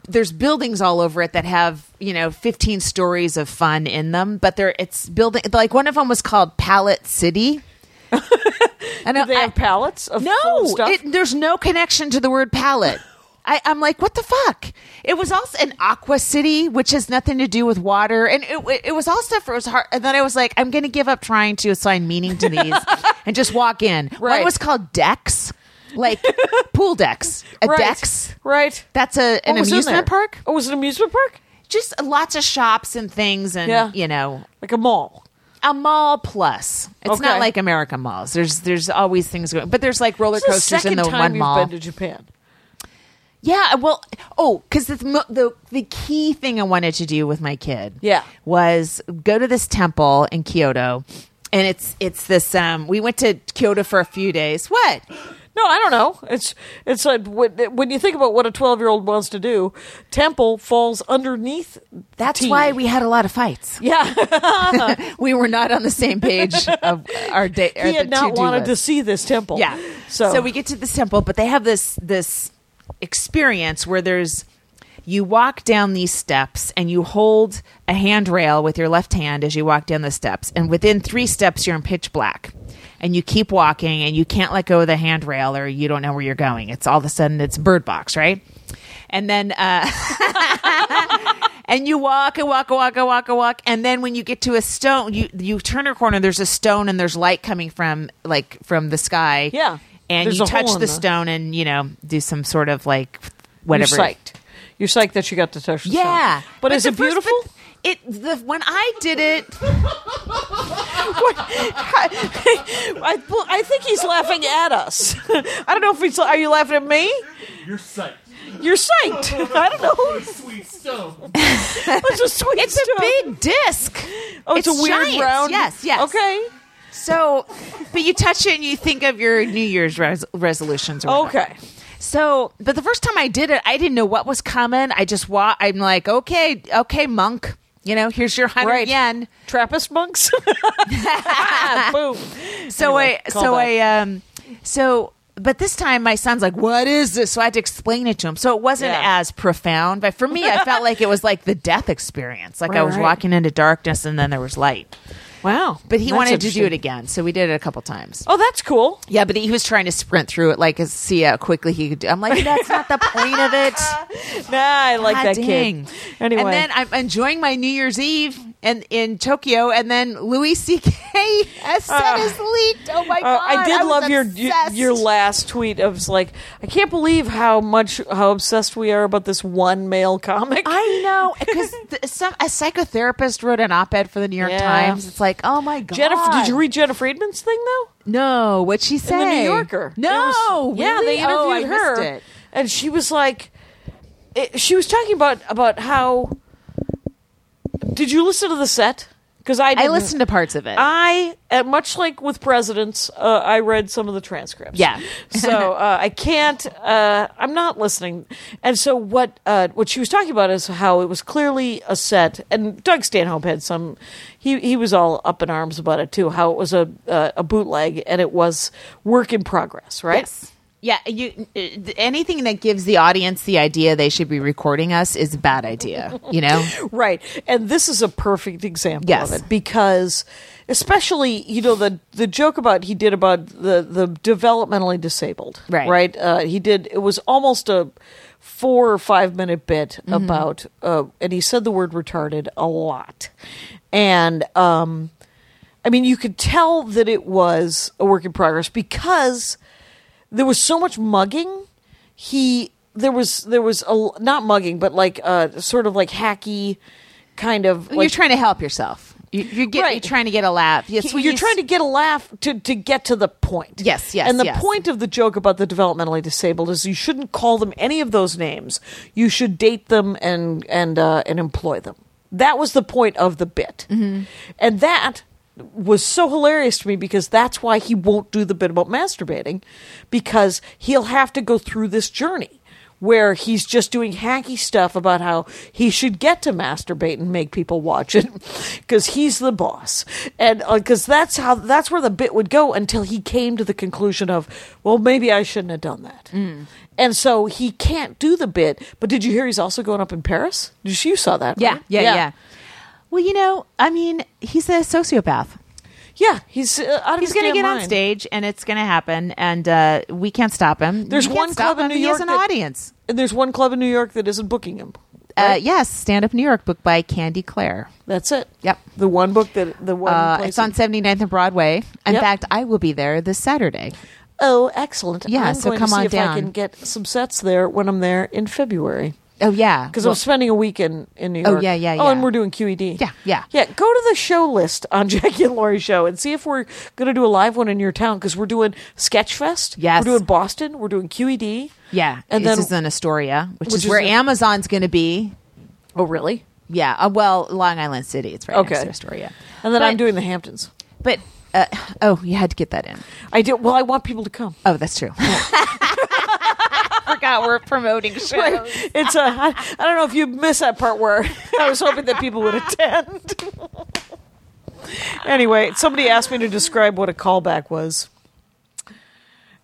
Speaker 2: There's buildings all over it that have you know 15 stories of fun in them, but they're it's building like one of them was called Palette
Speaker 3: [laughs]
Speaker 2: City. I know
Speaker 3: They have pallets of full of
Speaker 2: no,
Speaker 3: stuff.
Speaker 2: it, there's no connection to the word
Speaker 3: [laughs]
Speaker 2: palette. I, I'm like, what the fuck? It was also an aqua city, which has nothing to do with water, and it, it was all stuff. It was hard, and then I was like, I'm going to give up trying to assign meaning to
Speaker 3: [laughs]
Speaker 2: these and just walk in.
Speaker 3: Right.
Speaker 2: One was called decks, like [laughs] pool decks, a
Speaker 3: right.
Speaker 2: decks.
Speaker 3: Right.
Speaker 2: That's a an
Speaker 3: What was in there?
Speaker 2: amusement park.
Speaker 3: Oh, was it an amusement park?
Speaker 2: Just lots of shops and things, and
Speaker 3: Yeah.
Speaker 2: you know,
Speaker 3: Like a mall.
Speaker 2: a mall plus. It's
Speaker 3: Okay.
Speaker 2: not like American malls. There's there's always things going, but there's like roller
Speaker 3: It's the
Speaker 2: coasters in
Speaker 3: second
Speaker 2: the
Speaker 3: time
Speaker 2: one
Speaker 3: you've
Speaker 2: mall.
Speaker 3: been to Japan.
Speaker 2: Yeah, well, oh, because the, the the key thing I wanted to do with my kid,
Speaker 3: Yeah.
Speaker 2: was go to this temple in Kyoto, and it's it's this. Um, we went to Kyoto for a few days. What?
Speaker 3: No, I don't know. It's it's like when, when you think about what a twelve year old wants to do, temple falls underneath.
Speaker 2: That's
Speaker 3: tea.
Speaker 2: why we had a lot of fights. [laughs]
Speaker 3: Yeah, [laughs]
Speaker 2: We were not on the same page of our day.
Speaker 3: he had not wanted to see this temple.
Speaker 2: Yeah.
Speaker 3: so,
Speaker 2: we get to this temple, but they have this this experience where there's you walk down these steps and you hold a handrail with your left hand as you walk down the steps, and within three steps you're in pitch black. And you keep walking and you can't let go of the handrail or you don't know where you're going. It's all of a sudden it's bird box, right? And then uh and you walk and walk and walk and walk and walk and then when you get to a stone you you turn a corner there's a stone and there's light coming from like from the sky
Speaker 3: Yeah.
Speaker 2: and
Speaker 3: There's
Speaker 2: you
Speaker 3: a hole
Speaker 2: touch
Speaker 3: in
Speaker 2: the,
Speaker 3: the-
Speaker 2: stone and you know do some sort of like whatever
Speaker 3: You're psyched. You're psyched that you got to touch. The
Speaker 2: yeah
Speaker 3: stone. but, is
Speaker 2: the
Speaker 3: it
Speaker 2: first-
Speaker 3: beautiful?
Speaker 2: but it the when i did
Speaker 3: [laughs]
Speaker 2: it
Speaker 3: I, well, I think he's laughing at us. [laughs] I don't know if he's. Are you laughing at me?
Speaker 4: You're psyched.
Speaker 3: You're psyched. I don't know.
Speaker 4: What a sweet stone.
Speaker 3: It's [laughs] a sweet.
Speaker 2: it's a big disc
Speaker 3: Oh, it's, a weird
Speaker 2: giant.
Speaker 3: round.
Speaker 2: yes yes
Speaker 3: Okay.
Speaker 2: so but you touch it and you think of your new year's res- resolutions or whatever.
Speaker 3: Okay.
Speaker 2: So, but the first time I did it, I didn't know what was coming. I just wa- I'm like, okay, okay, monk. You know, here's your hundred
Speaker 3: Right.
Speaker 2: yen.
Speaker 3: Trappist monks. [laughs] Boom.
Speaker 2: So
Speaker 3: Anyway,
Speaker 2: I,
Speaker 3: call
Speaker 2: so
Speaker 3: back.
Speaker 2: I, um, so but this time my son's like, "What is this?" So I had to explain it to him. So it wasn't
Speaker 3: Yeah.
Speaker 2: as profound, but for me, I felt like it was like the death experience. Like I
Speaker 3: Right,
Speaker 2: was
Speaker 3: right.
Speaker 2: walking into darkness and then there was light.
Speaker 3: Wow.
Speaker 2: But he
Speaker 3: That's
Speaker 2: wanted to do it
Speaker 3: interesting.
Speaker 2: again, so we did it a couple times.
Speaker 3: Oh, that's cool.
Speaker 2: Yeah, but he was trying to sprint through it, like see how quickly he could do. I'm like, that's not the point of [laughs] it.
Speaker 3: Nah, I like
Speaker 2: God
Speaker 3: that
Speaker 2: Ah, dang.
Speaker 3: kid. Anyway,
Speaker 2: and then I'm enjoying my New Year's Eve and in Tokyo, and then Louis C.K. [laughs] has said
Speaker 3: Ah.
Speaker 2: is leaked. Oh my
Speaker 3: Uh,
Speaker 2: god!
Speaker 3: I did
Speaker 2: was
Speaker 3: love your your
Speaker 2: obsessed.
Speaker 3: your last tweet of s- like I can't believe how much how obsessed we are about this one male comic.
Speaker 2: I know [laughs] because some a psychotherapist wrote an op-ed for the New York
Speaker 3: Yeah.
Speaker 2: Times. It's like, oh my god!
Speaker 3: Jennifer, did you read Jenna Friedman's thing though?
Speaker 2: No, what she
Speaker 3: In
Speaker 2: said?
Speaker 3: the New Yorker.
Speaker 2: No,
Speaker 3: It was- yeah,
Speaker 2: really?
Speaker 3: they interviewed
Speaker 2: Oh, I
Speaker 3: her,
Speaker 2: missed it.
Speaker 3: and she was like, it, she was talking about about how. Did you listen to the set? Because I
Speaker 2: I
Speaker 3: didn't.
Speaker 2: listened to parts of it.
Speaker 3: I, uh, much like with presidents, uh, I read some of the transcripts.
Speaker 2: Yeah.
Speaker 3: [laughs] so uh, I can't. Uh, I'm not listening. And so what? Uh, what she was talking about is how it was clearly a set, and Doug Stanhope had some. He he was all up in arms about it too. How it was a uh, a bootleg, and it was work in progress, right?
Speaker 2: Yes. Yeah, you uh, anything that gives the audience the idea they should be recording us is a bad idea, you
Speaker 3: [laughs]
Speaker 2: know?
Speaker 3: Right. And this is a perfect example
Speaker 2: Yes.
Speaker 3: of it because especially, you know, the the joke about he did about the the developmentally disabled.
Speaker 2: Right.
Speaker 3: Right. Uh, he did it was almost a four or five minute bit
Speaker 2: Mm-hmm.
Speaker 3: about uh, and he said the word retarded a lot. And um I mean, you could tell that it was a work in progress because there was so much mugging. He there was there was a not mugging, but like uh, sort of like hacky kind of.
Speaker 2: you're
Speaker 3: like-
Speaker 2: trying to help yourself. You, you're, get,
Speaker 3: Right.
Speaker 2: you're trying to get a laugh. Yes,
Speaker 3: He- you're trying to get a laugh to, to get to the point.
Speaker 2: Yes, yes,
Speaker 3: And the
Speaker 2: yes.
Speaker 3: point of the joke about the developmentally disabled is you shouldn't call them any of those names. You should date them and and uh, and employ them. That was the point of the bit,
Speaker 2: Mm-hmm.
Speaker 3: and that was so hilarious to me because that's why he won't do the bit about masturbating because he'll have to go through this journey where he's just doing hacky stuff about how he should get to masturbate and make people watch it [laughs] because he's the boss and because that's how that's where the bit would go until he came to the conclusion of well maybe i shouldn't have done that
Speaker 2: Mm.
Speaker 3: and so he can't do the bit but did you hear he's also going up in paris Just- you saw
Speaker 2: [laughs]
Speaker 3: that
Speaker 2: yeah,
Speaker 3: right?
Speaker 2: yeah, yeah, Well, you know, I mean, he's a sociopath.
Speaker 3: yeah he's uh, out of
Speaker 2: He's
Speaker 3: going to
Speaker 2: get on stage and it's going to happen and uh, we can't stop him.
Speaker 3: There's
Speaker 2: We
Speaker 3: one
Speaker 2: can't stop
Speaker 3: club in
Speaker 2: him.
Speaker 3: New
Speaker 2: he
Speaker 3: York
Speaker 2: has an
Speaker 3: that-
Speaker 2: audience.
Speaker 3: and there's one club in new york that isn't booking him
Speaker 2: Uh, yes, Stand Up New York book by Candy Clare.
Speaker 3: that's it
Speaker 2: Yep.
Speaker 3: the one book that the one
Speaker 2: Uh,
Speaker 3: place
Speaker 2: it's on 79th and Broadway. In
Speaker 3: Yep.
Speaker 2: fact, I will be there this Saturday.
Speaker 3: Oh, excellent!
Speaker 2: Yeah,
Speaker 3: I'm
Speaker 2: so
Speaker 3: going
Speaker 2: come
Speaker 3: to see
Speaker 2: on
Speaker 3: if
Speaker 2: down.
Speaker 3: I can get some sets there when I'm there in February
Speaker 2: Oh, yeah.
Speaker 3: because
Speaker 2: Well-
Speaker 3: I'm spending a week in, in New
Speaker 2: Oh,
Speaker 3: York.
Speaker 2: yeah, yeah,
Speaker 3: Oh, and
Speaker 2: yeah.
Speaker 3: we're doing QED.
Speaker 2: Yeah, yeah.
Speaker 3: yeah. Go to the show list on [laughs] Jackie and Laurie show and see if we're going to do a live one in your town because we're doing Sketchfest.
Speaker 2: Yes.
Speaker 3: we're doing Boston. We're doing E QED.
Speaker 2: Yeah,
Speaker 3: And
Speaker 2: this
Speaker 3: then-
Speaker 2: is in Astoria, which,
Speaker 3: Which
Speaker 2: is
Speaker 3: is
Speaker 2: where
Speaker 3: in-
Speaker 2: Amazon's going to be.
Speaker 3: Oh, really?
Speaker 2: Yeah, uh, well, Long Island City. It's right next
Speaker 3: Okay.
Speaker 2: to Astoria.
Speaker 3: And then
Speaker 2: But-
Speaker 3: I'm doing the Hamptons.
Speaker 2: But uh, oh, you had to get that in.
Speaker 3: I do. Well, I want people to come.
Speaker 2: Oh, that's true. [laughs] Forgot we're promoting shows.
Speaker 3: It's a. I, I don't know if you missed that part where [laughs] I was hoping that people would attend. anyway, somebody asked me to describe what a callback was,
Speaker 2: Um,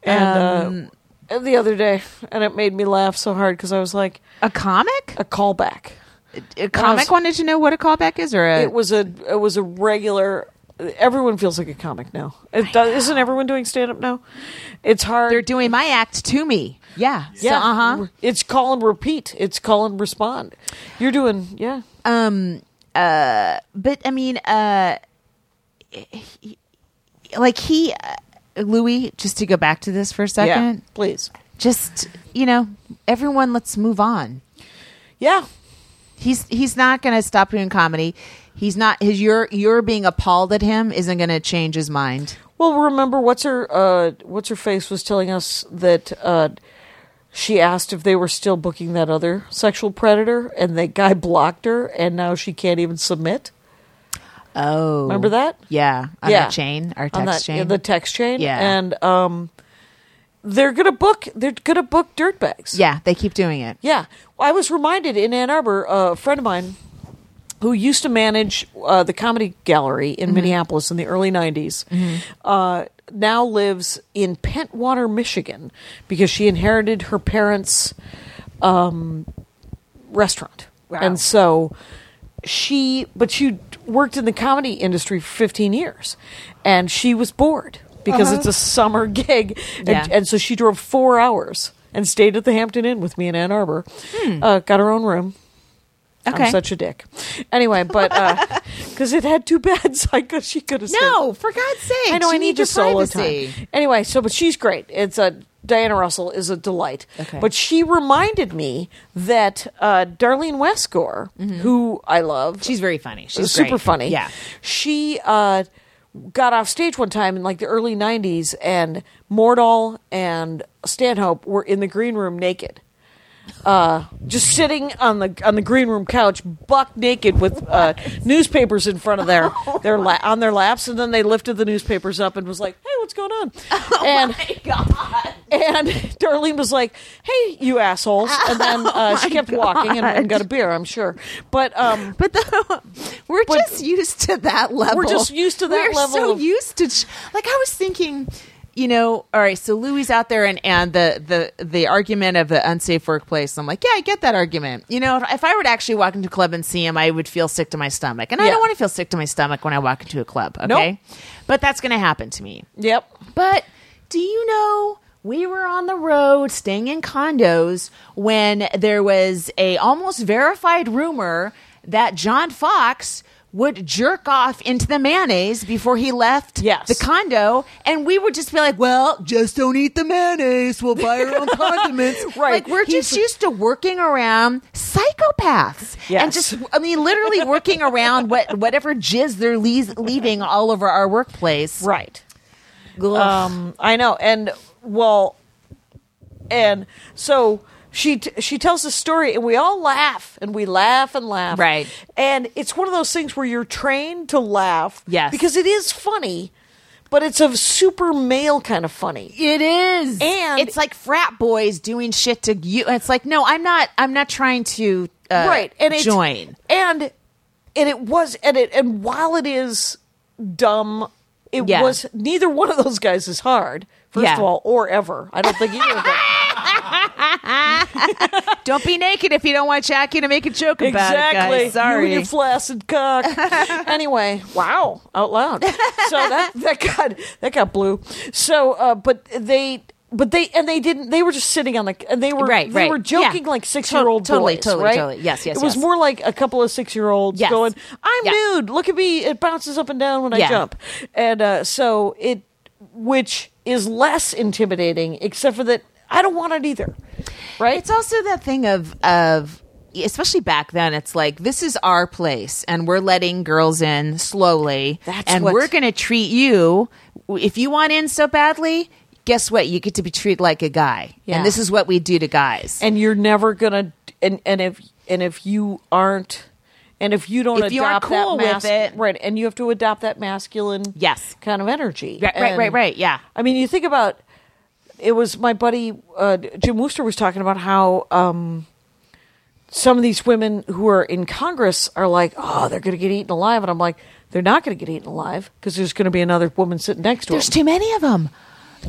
Speaker 3: and uh, the other day, and it made me laugh so hard because I was like,
Speaker 2: A comic?
Speaker 3: a callback.
Speaker 2: A comic
Speaker 3: was-
Speaker 2: wanted to know what a callback is, or a,
Speaker 3: It was a. It was a regular. Everyone feels like a comic now. It does, isn't everyone doing stand up now? It's hard.
Speaker 2: they're doing my act to me. Yeah.
Speaker 3: yeah,
Speaker 2: So, uh huh.
Speaker 3: It's call and repeat. It's call and respond. You're doing yeah.
Speaker 2: But I mean, uh, he- like he, uh, Louis. Just to go back to this for a second.
Speaker 3: Yeah, please.
Speaker 2: Just you know, everyone, let's move on.
Speaker 3: Yeah.
Speaker 2: he's he's not going to stop doing comedy. He's not his your your being appalled at him isn't going to change his mind.
Speaker 3: Well, remember what's her uh, what's her face was telling us that uh, she asked if they were still booking that other sexual predator, and that guy [laughs] blocked her, and now she can't even submit.
Speaker 2: Oh,
Speaker 3: Remember that?
Speaker 2: Yeah, on
Speaker 3: yeah,
Speaker 2: our chain, our text
Speaker 3: On that-
Speaker 2: chain.
Speaker 3: the text chain,
Speaker 2: Yeah.
Speaker 3: and um, they're gonna book they're gonna book dirtbags.
Speaker 2: yeah, they keep doing it.
Speaker 3: Yeah. I was reminded in Ann Arbor, uh, a friend of mine who used to manage uh, the comedy gallery in Minneapolis in the early 90s uh, now lives in Pentwater, Michigan, because she inherited her parents' um, restaurant, and so she. But she worked in the comedy industry for 15 years, and she was bored because it's a summer [laughs] gig, and,
Speaker 2: Yeah.
Speaker 3: and so she drove four hours and stayed at the Hampton Inn with me in Ann Arbor. Uh, got her own room.
Speaker 2: Hmm. Okay.
Speaker 3: I'm such a dick. Anyway, but
Speaker 2: [laughs]
Speaker 3: because it had two beds, [laughs] I could she could have
Speaker 2: No, for God's sake.
Speaker 3: I know
Speaker 2: you
Speaker 3: I need
Speaker 2: your
Speaker 3: to solo
Speaker 2: privacy.
Speaker 3: time. Anyway, so but she's great. It's a Diana Russell is a delight.
Speaker 2: Okay.
Speaker 3: But she reminded me that uh, Darlene Westgore,
Speaker 2: Mm-hmm.
Speaker 3: who I love,
Speaker 2: She's very funny. She's
Speaker 3: super
Speaker 2: great.
Speaker 3: funny.
Speaker 2: Yeah.
Speaker 3: She uh, got off stage one time in like the early '90s, and Mordahl and Stanhope were in the green room naked, uh, just sitting on the on the green room couch, buck naked, with uh, newspapers in front
Speaker 2: [laughs]
Speaker 3: of their their la- on their laps, and then they lifted the newspapers up and was like, "Hey, what's
Speaker 2: [laughs]
Speaker 3: going on?"
Speaker 2: Oh
Speaker 3: and and [laughs] Darlene was like, "Hey, you assholes!" And
Speaker 2: [laughs] Oh
Speaker 3: then uh, she kept walking and, and got a beer, I'm sure. But um,
Speaker 2: But the, we're just used to that level.
Speaker 3: just used to that
Speaker 2: we're
Speaker 3: level
Speaker 2: so
Speaker 3: of-
Speaker 2: used to ch- like I was thinking, you know, all right, so Louis out there and and the the the argument of the unsafe workplace. I'm like, yeah, I get that argument. You know, if, if I were to actually walk into a club and see him, I would feel sick to my stomach, and I
Speaker 3: Yeah.
Speaker 2: don't want to feel sick to my stomach when I walk into a club. Okay, but that's going to happen to me.
Speaker 3: Yep.
Speaker 2: But do you know we were on the road staying in condos when there was a almost verified rumor that John Fox would jerk off into the mayonnaise before he left
Speaker 3: Yes.
Speaker 2: the condo and we would just be like well just don't eat the mayonnaise we'll buy our
Speaker 3: [laughs]
Speaker 2: own condiments
Speaker 3: Right.
Speaker 2: like we're
Speaker 3: He's-
Speaker 2: just used to working around psychopaths and
Speaker 3: Yes.
Speaker 2: just i mean literally working around what whatever jizz they're leas- leaving all over our workplace
Speaker 3: Right.
Speaker 2: Ugh.
Speaker 3: Um, I know. And well, and so she t- she tells the story, and we all laugh, and we laugh and laugh.
Speaker 2: Right.
Speaker 3: And it's one of those things where you're trained to laugh.
Speaker 2: Yes.
Speaker 3: Because it is funny, but it's a super male kind of funny.
Speaker 2: It is.
Speaker 3: And-
Speaker 2: it's like frat boys doing shit to you. It's like, no, I'm not I'm not trying to uh,
Speaker 3: right. And it's,
Speaker 2: join.
Speaker 3: And and it was and it and while it is dumb. It
Speaker 2: Yeah.
Speaker 3: was neither one of those guys is hard. First
Speaker 2: Yeah.
Speaker 3: of all, or ever. I don't think either of them.
Speaker 2: Don't be naked if you don't want Jackie to make a joke about
Speaker 3: exactly.
Speaker 2: it. Guys. Sorry.
Speaker 3: You and your
Speaker 2: [laughs]
Speaker 3: flaccid cock. anyway, wow, out loud. So that [laughs] that got that got blue. So, uh, but they. But they and they didn't. They were just sitting on the and they were
Speaker 2: Right,
Speaker 3: they
Speaker 2: right.
Speaker 3: were joking
Speaker 2: Yeah.
Speaker 3: like six year old
Speaker 2: Totally,
Speaker 3: boys,
Speaker 2: totally,
Speaker 3: right?
Speaker 2: totally. Yes, yes,
Speaker 3: It was
Speaker 2: yes.
Speaker 3: more like a couple of six year olds
Speaker 2: Yes.
Speaker 3: going, "I'm
Speaker 2: Yeah.
Speaker 3: nude. Look at me. It bounces up and down when I
Speaker 2: Yeah.
Speaker 3: jump." And uh, so it, which is less intimidating, except for that I don't want it either, right?
Speaker 2: It's also that thing of of especially back then it's like this is our place and we're letting girls in slowly
Speaker 3: That's
Speaker 2: and
Speaker 3: what-
Speaker 2: we're going to treat you if you want in so badly guess what you get to be treated like a guy
Speaker 3: Yeah.
Speaker 2: and this is what we do to guys
Speaker 3: and you're never gonna and and if and if you aren't and if you don't
Speaker 2: If
Speaker 3: adopt
Speaker 2: you aren't cool
Speaker 3: that
Speaker 2: with
Speaker 3: mas-
Speaker 2: it.
Speaker 3: right and you have to adopt that masculine
Speaker 2: Yes.
Speaker 3: kind of energy
Speaker 2: Right, right,
Speaker 3: And,
Speaker 2: right, right, yeah.
Speaker 3: i mean you think about it was my buddy uh, jim wooster was talking about how um some of these women who are in Congress are like, oh, they're going to get eaten alive. And I'm like, they're not going to get eaten alive because there's going to be another woman sitting next to
Speaker 2: There's
Speaker 3: them.
Speaker 2: too many of them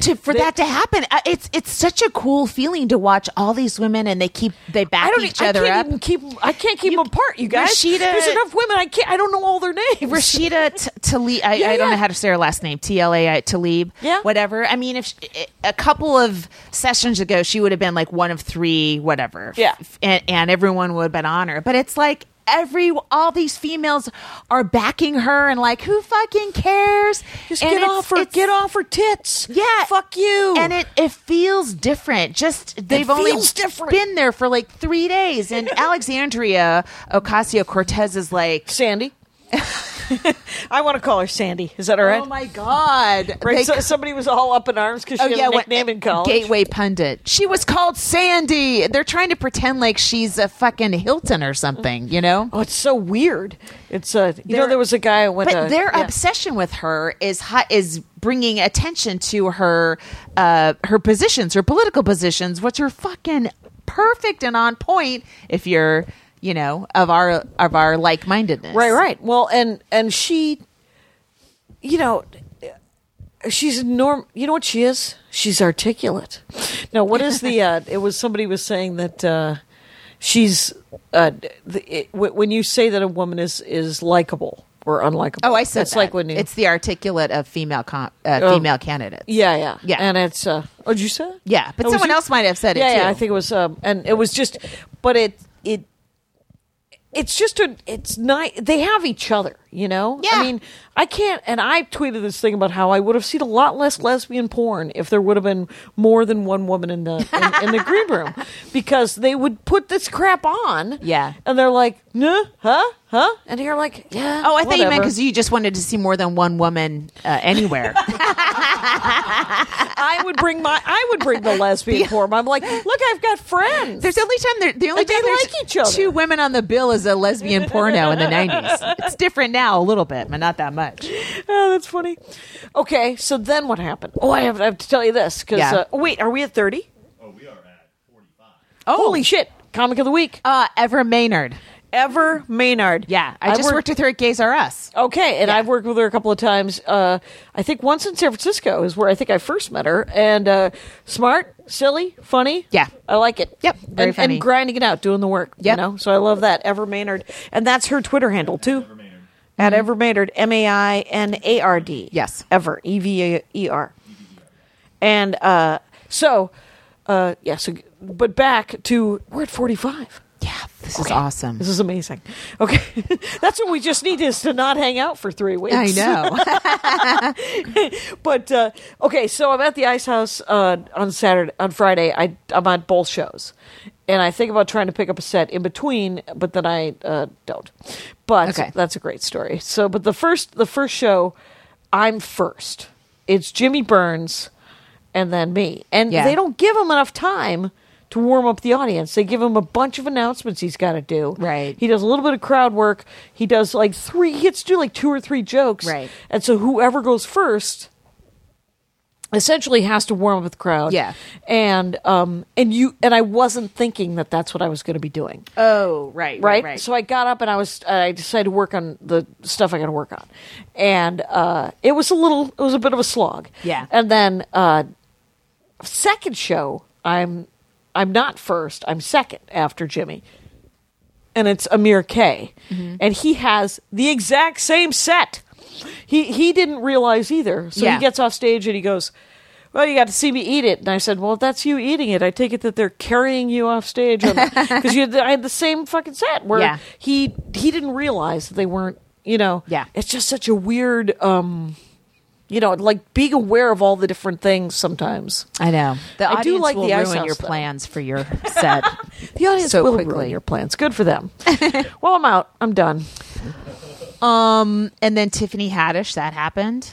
Speaker 2: to, for that to happen. Uh, It's it's such a cool feeling to watch all these women and they keep they back
Speaker 3: I don't
Speaker 2: each
Speaker 3: e- I
Speaker 2: other
Speaker 3: can't
Speaker 2: up.
Speaker 3: even keep. I can't keep
Speaker 2: You-
Speaker 3: them apart, you guys.
Speaker 2: Rashida-
Speaker 3: There's enough women. I can't. I don't know all their names.
Speaker 2: Rashida T- Tlaib. I,
Speaker 3: Yeah,
Speaker 2: I don't
Speaker 3: yeah.
Speaker 2: know how to say her last name. T L A I Tlaib.
Speaker 3: Yeah.
Speaker 2: Whatever. I mean, if sh a couple of sessions ago, she would have been like one of three, whatever.
Speaker 3: Yeah.
Speaker 2: F- And, and everyone would have been on her. But it's like every all these females are backing her and like who fucking cares?
Speaker 3: Just
Speaker 2: And
Speaker 3: get
Speaker 2: it's-
Speaker 3: off her.
Speaker 2: it's-
Speaker 3: Get off her tits.
Speaker 2: Yeah.
Speaker 3: Fuck you.
Speaker 2: And it, it feels different. Just they've only
Speaker 3: feels different.
Speaker 2: been there for like three days. And Alexandria Ocasio Cortez is like, [laughs]
Speaker 3: Sandy. I want to call her Sandy. Is that all right?
Speaker 2: oh my god, [laughs]
Speaker 3: right.
Speaker 2: They- oh,
Speaker 3: so, somebody was all up in arms because she had a
Speaker 2: what- uh,
Speaker 3: nickname in college.
Speaker 2: Gateway pundit. She was called Sandy. They're trying to pretend like she's a fucking Hilton or something, you know.
Speaker 3: Oh, it's so weird. It's uh, you know,
Speaker 2: They're-
Speaker 3: there was a guy uh, who went.
Speaker 2: But
Speaker 3: to,
Speaker 2: their
Speaker 3: yeah.
Speaker 2: obsession with her is hi- is bringing attention to her uh, her positions, her political positions, which are fucking perfect and on point. If you're you know of our of our like mindedness,
Speaker 3: Right, right. Well, and and she, you know, she's norm. You know what she is? She's articulate. Now, what
Speaker 2: [laughs]
Speaker 3: is the? Uh, it was somebody was saying that uh, she's uh, the, it, wh- when you say that a woman is is likable or unlikable.
Speaker 2: Oh, I said
Speaker 3: that's
Speaker 2: that.
Speaker 3: like when you,
Speaker 2: it's the articulate of female com- uh,
Speaker 3: Oh.
Speaker 2: female candidates.
Speaker 3: yeah, yeah,
Speaker 2: Yeah.
Speaker 3: and it's. Uh, oh, did you say? That?
Speaker 2: Yeah, but
Speaker 3: Oh, was
Speaker 2: someone
Speaker 3: you-
Speaker 2: else might have said it
Speaker 3: yeah,
Speaker 2: too.
Speaker 3: yeah, I think it was, um, and it was just, but it it it's just a it's not they have each other, you know.
Speaker 2: Yeah.
Speaker 3: I mean, I can't, and I tweeted this thing about how I would have seen a lot less lesbian porn if there would have been more than one woman in the in, in the green
Speaker 2: [laughs]
Speaker 3: room because they would put this crap on,
Speaker 2: Yeah.
Speaker 3: and they're like, no, huh, huh, and you're like, yeah.
Speaker 2: Oh, I thought you meant
Speaker 3: whatever."
Speaker 2: because you just wanted to see more than one woman uh, anywhere.
Speaker 3: I would bring my I would bring the [laughs] lesbian porn. I'm like, look, I've got
Speaker 2: [laughs]
Speaker 3: friends.
Speaker 2: there's the only time there, the only
Speaker 3: And they
Speaker 2: time there's
Speaker 3: like each other.
Speaker 2: two women on the bill is a lesbian porno [laughs] in the '90s. It's different now a little bit, but not that much.
Speaker 3: Oh, that's funny. Okay, so then what happened? Oh, I have, I have to tell you this because
Speaker 2: Yeah.
Speaker 3: uh, wait, are we at thirty?
Speaker 4: Oh, we are at 45.
Speaker 3: Holy shit! Comic of the week,
Speaker 2: Uh, Ever Maynard.
Speaker 3: Ever Maynard.
Speaker 2: Yeah, I, just worked with her at Gays R Us.
Speaker 3: Okay, and
Speaker 2: Yeah.
Speaker 3: I've worked with her a couple of times. Uh, I think once in San Francisco is where I think I first met her. And uh, smart, silly, funny.
Speaker 2: Yeah.
Speaker 3: I like it.
Speaker 2: Yep, very
Speaker 3: and,
Speaker 2: funny.
Speaker 3: and grinding it out, doing the work.
Speaker 2: Yep.
Speaker 3: you know. So I love that Ever Maynard, and that's her Twitter handle too.
Speaker 4: Ever Maynard.
Speaker 3: At Ever Maynard, M A I N A R D.
Speaker 2: Yes.
Speaker 3: Ever, E V E R. And uh, so, uh, yeah, so, but back to, we're at 45.
Speaker 2: Yeah, this is [laughs] awesome.
Speaker 3: This is amazing. Okay. [laughs] That's what we just need is to not hang out for three weeks.
Speaker 2: I know.
Speaker 3: [laughs] but uh, okay, so I'm at the Ice House uh, on Saturday, on Friday. I I'm at both shows, and I think about trying to pick up a set in between, but then I uh, don't. But
Speaker 2: Okay.
Speaker 3: that's a great story. So, but the first the first show, I'm first. It's Jimmy Burns, and then me, and
Speaker 2: Yeah.
Speaker 3: they don't give him enough time. To warm up the audience, they give him a bunch of announcements he's got to do.
Speaker 2: Right.
Speaker 3: He does a little bit of crowd work. He does like three. He gets to do like two or three jokes.
Speaker 2: Right.
Speaker 3: And so whoever goes first essentially has to warm up the crowd.
Speaker 2: Yeah.
Speaker 3: And um and you and I wasn't thinking that that's what I was going to be doing.
Speaker 2: [laughs] oh, right,
Speaker 3: Right? So I got up and I was I decided to work on the stuff I got to work on. And uh it was a little it was a bit of a slog.
Speaker 2: Yeah.
Speaker 3: And then uh second show, I'm I'm not first, I'm second after Jimmy. And it's Amir K. And he has the exact same set. He he didn't realize either. So
Speaker 2: Yeah.
Speaker 3: he gets off stage and he goes, "Well, you got to see me eat it." And I said, "Well, if that's you eating it. I take it that they're carrying you off stage [laughs] because you had the, I had the same fucking set where
Speaker 2: Yeah.
Speaker 3: he he didn't realize that they weren't, you know.
Speaker 2: Yeah.
Speaker 3: It's just such a weird um you know, like being aware of all the different things sometimes.
Speaker 2: I know. The
Speaker 3: I do
Speaker 2: audience
Speaker 3: like
Speaker 2: will
Speaker 3: the Ice
Speaker 2: ruin
Speaker 3: House,
Speaker 2: your
Speaker 3: though.
Speaker 2: plans for your [laughs] set.
Speaker 3: The audience
Speaker 2: so
Speaker 3: will
Speaker 2: quickly.
Speaker 3: ruin your plans. Good for [laughs] them. well, I'm out. I'm done.
Speaker 2: and then Tiffany Haddish, that happened.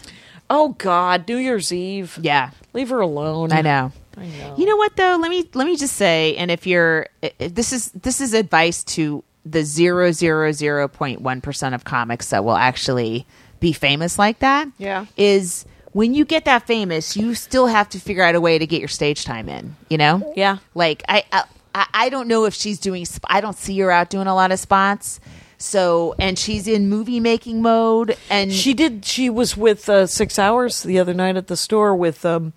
Speaker 3: Oh God, New Year's Eve.
Speaker 2: Yeah.
Speaker 3: Leave her alone.
Speaker 2: I know.
Speaker 3: I know.
Speaker 2: You know what though? Let me let me just say, and if you're i- i- this is this is advice to the zero zero zero point one percent of comics that will actually be famous like that.
Speaker 3: Yeah.
Speaker 2: Is when you get that famous, you still have to figure out a way to get your stage time in. You know.
Speaker 3: Yeah.
Speaker 2: Like I I, I- I don't know if she's doing. Sp- I don't see her out doing a lot of spots. So and she's in movie making mode and
Speaker 3: She did. She was with uh, Six Hours the other night at the store with. Um,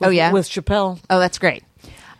Speaker 3: with
Speaker 2: Oh, yeah?
Speaker 3: with Chappelle.
Speaker 2: Oh, that's great.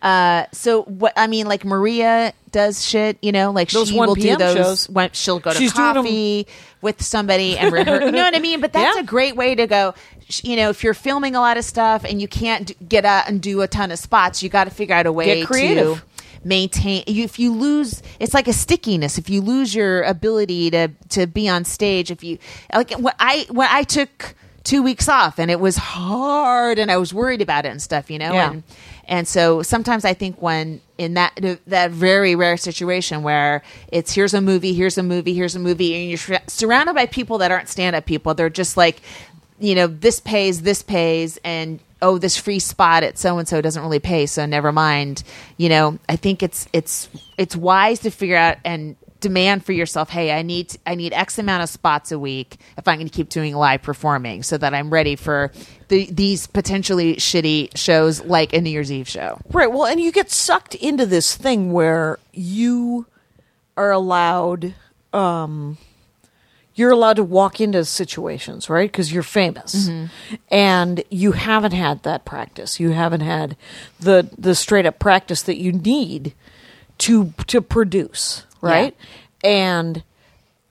Speaker 2: Uh, so what I mean, like Maria does shit, you know, like
Speaker 3: Those
Speaker 2: she
Speaker 3: 1
Speaker 2: will
Speaker 3: p.m.
Speaker 2: do those.
Speaker 3: shows.
Speaker 2: When, she'll go to
Speaker 3: She's doing 'em-
Speaker 2: coffee with somebody and rehearse. you know what I mean? But that's
Speaker 3: [laughs] Yeah.
Speaker 2: a great way to go. Sh- You know, if you're filming a lot of stuff and you can't d- get out and do a ton of spots, you got to figure out a way
Speaker 3: Get creative.
Speaker 2: to maintain you, if you lose it's like a stickiness if you lose your ability to to be on stage if you like when i when i took two weeks off and it was hard and i was worried about it and stuff you know
Speaker 3: Yeah.
Speaker 2: and and so sometimes i think when in that that very rare situation where it's here's a movie here's a movie here's a movie and you're sur- surrounded by people that aren't stand-up people they're just like you know this pays this pays and oh this free spot at so and so doesn't really pay so never mind you know i think it's it's it's wise to figure out and demand for yourself hey i need i need x amount of spots a week if i'm going to keep doing live performing so that i'm ready for the, these potentially shitty shows like a new year's eve show
Speaker 3: Right. Well, and you get sucked into this thing where you are allowed. Um, you're allowed to walk into situations, right? Because you're famous, and you haven't had that practice. You haven't had the the straight up practice that you need to to produce, right? And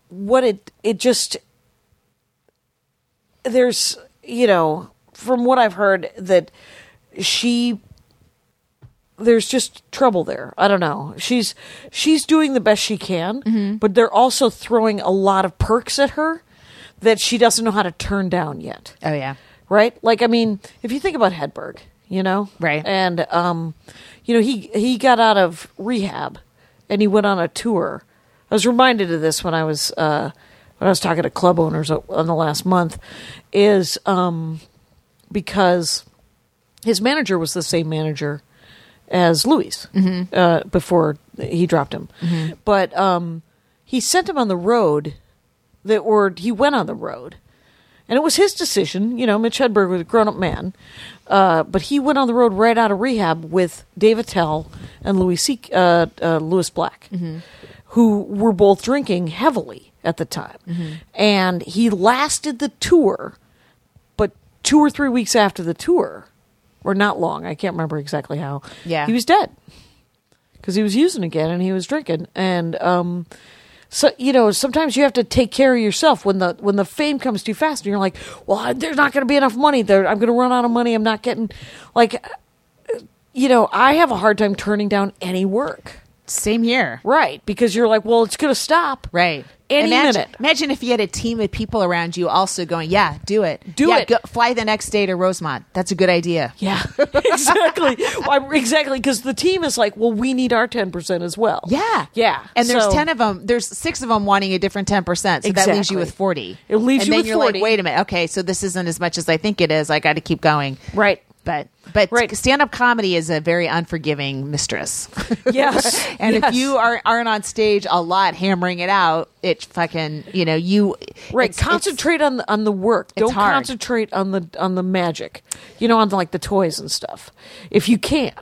Speaker 3: what it it just there's you know from what I've heard that she there's just trouble there. I don't know. She's she's doing the best she can, but they're also throwing a lot of perks at her that she doesn't know how to turn down yet.
Speaker 2: Oh yeah.
Speaker 3: Right? Like I mean, if you think about Hedberg, you know,
Speaker 2: Right.
Speaker 3: And um, you know he he got out of rehab and he went on a tour. I was reminded of this when I was uh when I was talking to club owners o- on the last month is um because his manager was the same manager as Luis uh, before he dropped him. But um, he sent him on the road that were he went on the road, and it was his decision. You know, Mitch Hedberg was a grown up man, uh, but he went on the road right out of rehab with Dave Attell and Louis C- uh, uh, Louis Black, who were both drinking heavily at the time, and he lasted the tour but two or three weeks after the tour, or not long, I can't remember exactly how.
Speaker 2: Yeah.
Speaker 3: he was dead because he was using again and he was drinking, and um, so you know sometimes you have to take care of yourself when the when the fame comes too fast, and you're like, well, I- there's not going to be enough money. There, I'm going to run out of money. I'm not getting like, uh, you know, I have a hard time turning down any work,
Speaker 2: Same here.
Speaker 3: right? Because you're like, well, it's going to stop,
Speaker 2: Right.
Speaker 3: Any
Speaker 2: imagine,
Speaker 3: minute.
Speaker 2: Imagine if you had a team of people around you also going, yeah, do it.
Speaker 3: Do
Speaker 2: Yeah,
Speaker 3: it.
Speaker 2: Go, fly the next day to Rosemont. That's a good idea.
Speaker 3: Yeah, [laughs] exactly. Why- exactly, because the team is like, well, we need our ten percent as well.
Speaker 2: Yeah.
Speaker 3: yeah.
Speaker 2: And there's
Speaker 3: So-
Speaker 2: 10 of them, there's six of them wanting a different 10%. So that leaves
Speaker 3: Exactly.
Speaker 2: you with 40.
Speaker 3: It leaves
Speaker 2: and
Speaker 3: you
Speaker 2: then
Speaker 3: with
Speaker 2: you're
Speaker 3: 40.
Speaker 2: like, wait a minute. Okay. So this isn't as much as I think it is. I got to keep going.
Speaker 3: Right.
Speaker 2: But, but
Speaker 3: Right.
Speaker 2: stand up comedy is a very unforgiving mistress.
Speaker 3: [laughs] Yes.
Speaker 2: [laughs] and
Speaker 3: Yes.
Speaker 2: if you are, aren't on stage a lot hammering it out, it fucking, you know, you.
Speaker 3: right,
Speaker 2: it's- it's-
Speaker 3: concentrate on the, on the work. Don't
Speaker 2: hard.
Speaker 3: concentrate on the on the magic. You know, on like the toys and stuff. If you can,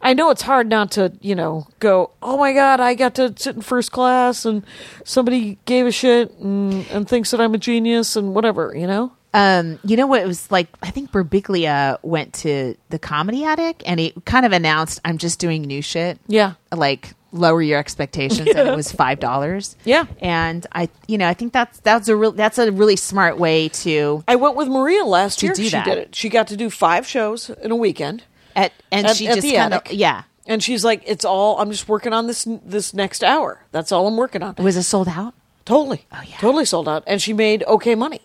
Speaker 3: I know it's hard not to. You know, go. Oh my god, I got to sit in first class, and somebody gave a shit and, and thinks that I'm a genius and whatever. You know.
Speaker 2: Um, you know what? It was like I think Berbiglia went to the Comedy Attic, and he kind of announced, "I'm just doing new shit."
Speaker 3: Yeah.
Speaker 2: like lower your expectations, and it
Speaker 3: [laughs]
Speaker 2: was five dollars.
Speaker 3: Yeah.
Speaker 2: and I, you know, I think that's that's a real that's a really smart way to
Speaker 3: I went with Maria last
Speaker 2: To
Speaker 3: year.
Speaker 2: do
Speaker 3: she
Speaker 2: that.
Speaker 3: did it. She got to do five shows in a weekend.
Speaker 2: at and
Speaker 3: At-
Speaker 2: she
Speaker 3: at
Speaker 2: just
Speaker 3: the
Speaker 2: kind of
Speaker 3: attic.
Speaker 2: yeah.
Speaker 3: And she's like, "It's all. I'm just working on this this next hour. That's all I'm working on.
Speaker 2: Was it sold out?
Speaker 3: Totally,
Speaker 2: yeah.
Speaker 3: totally sold out. And she made okay money,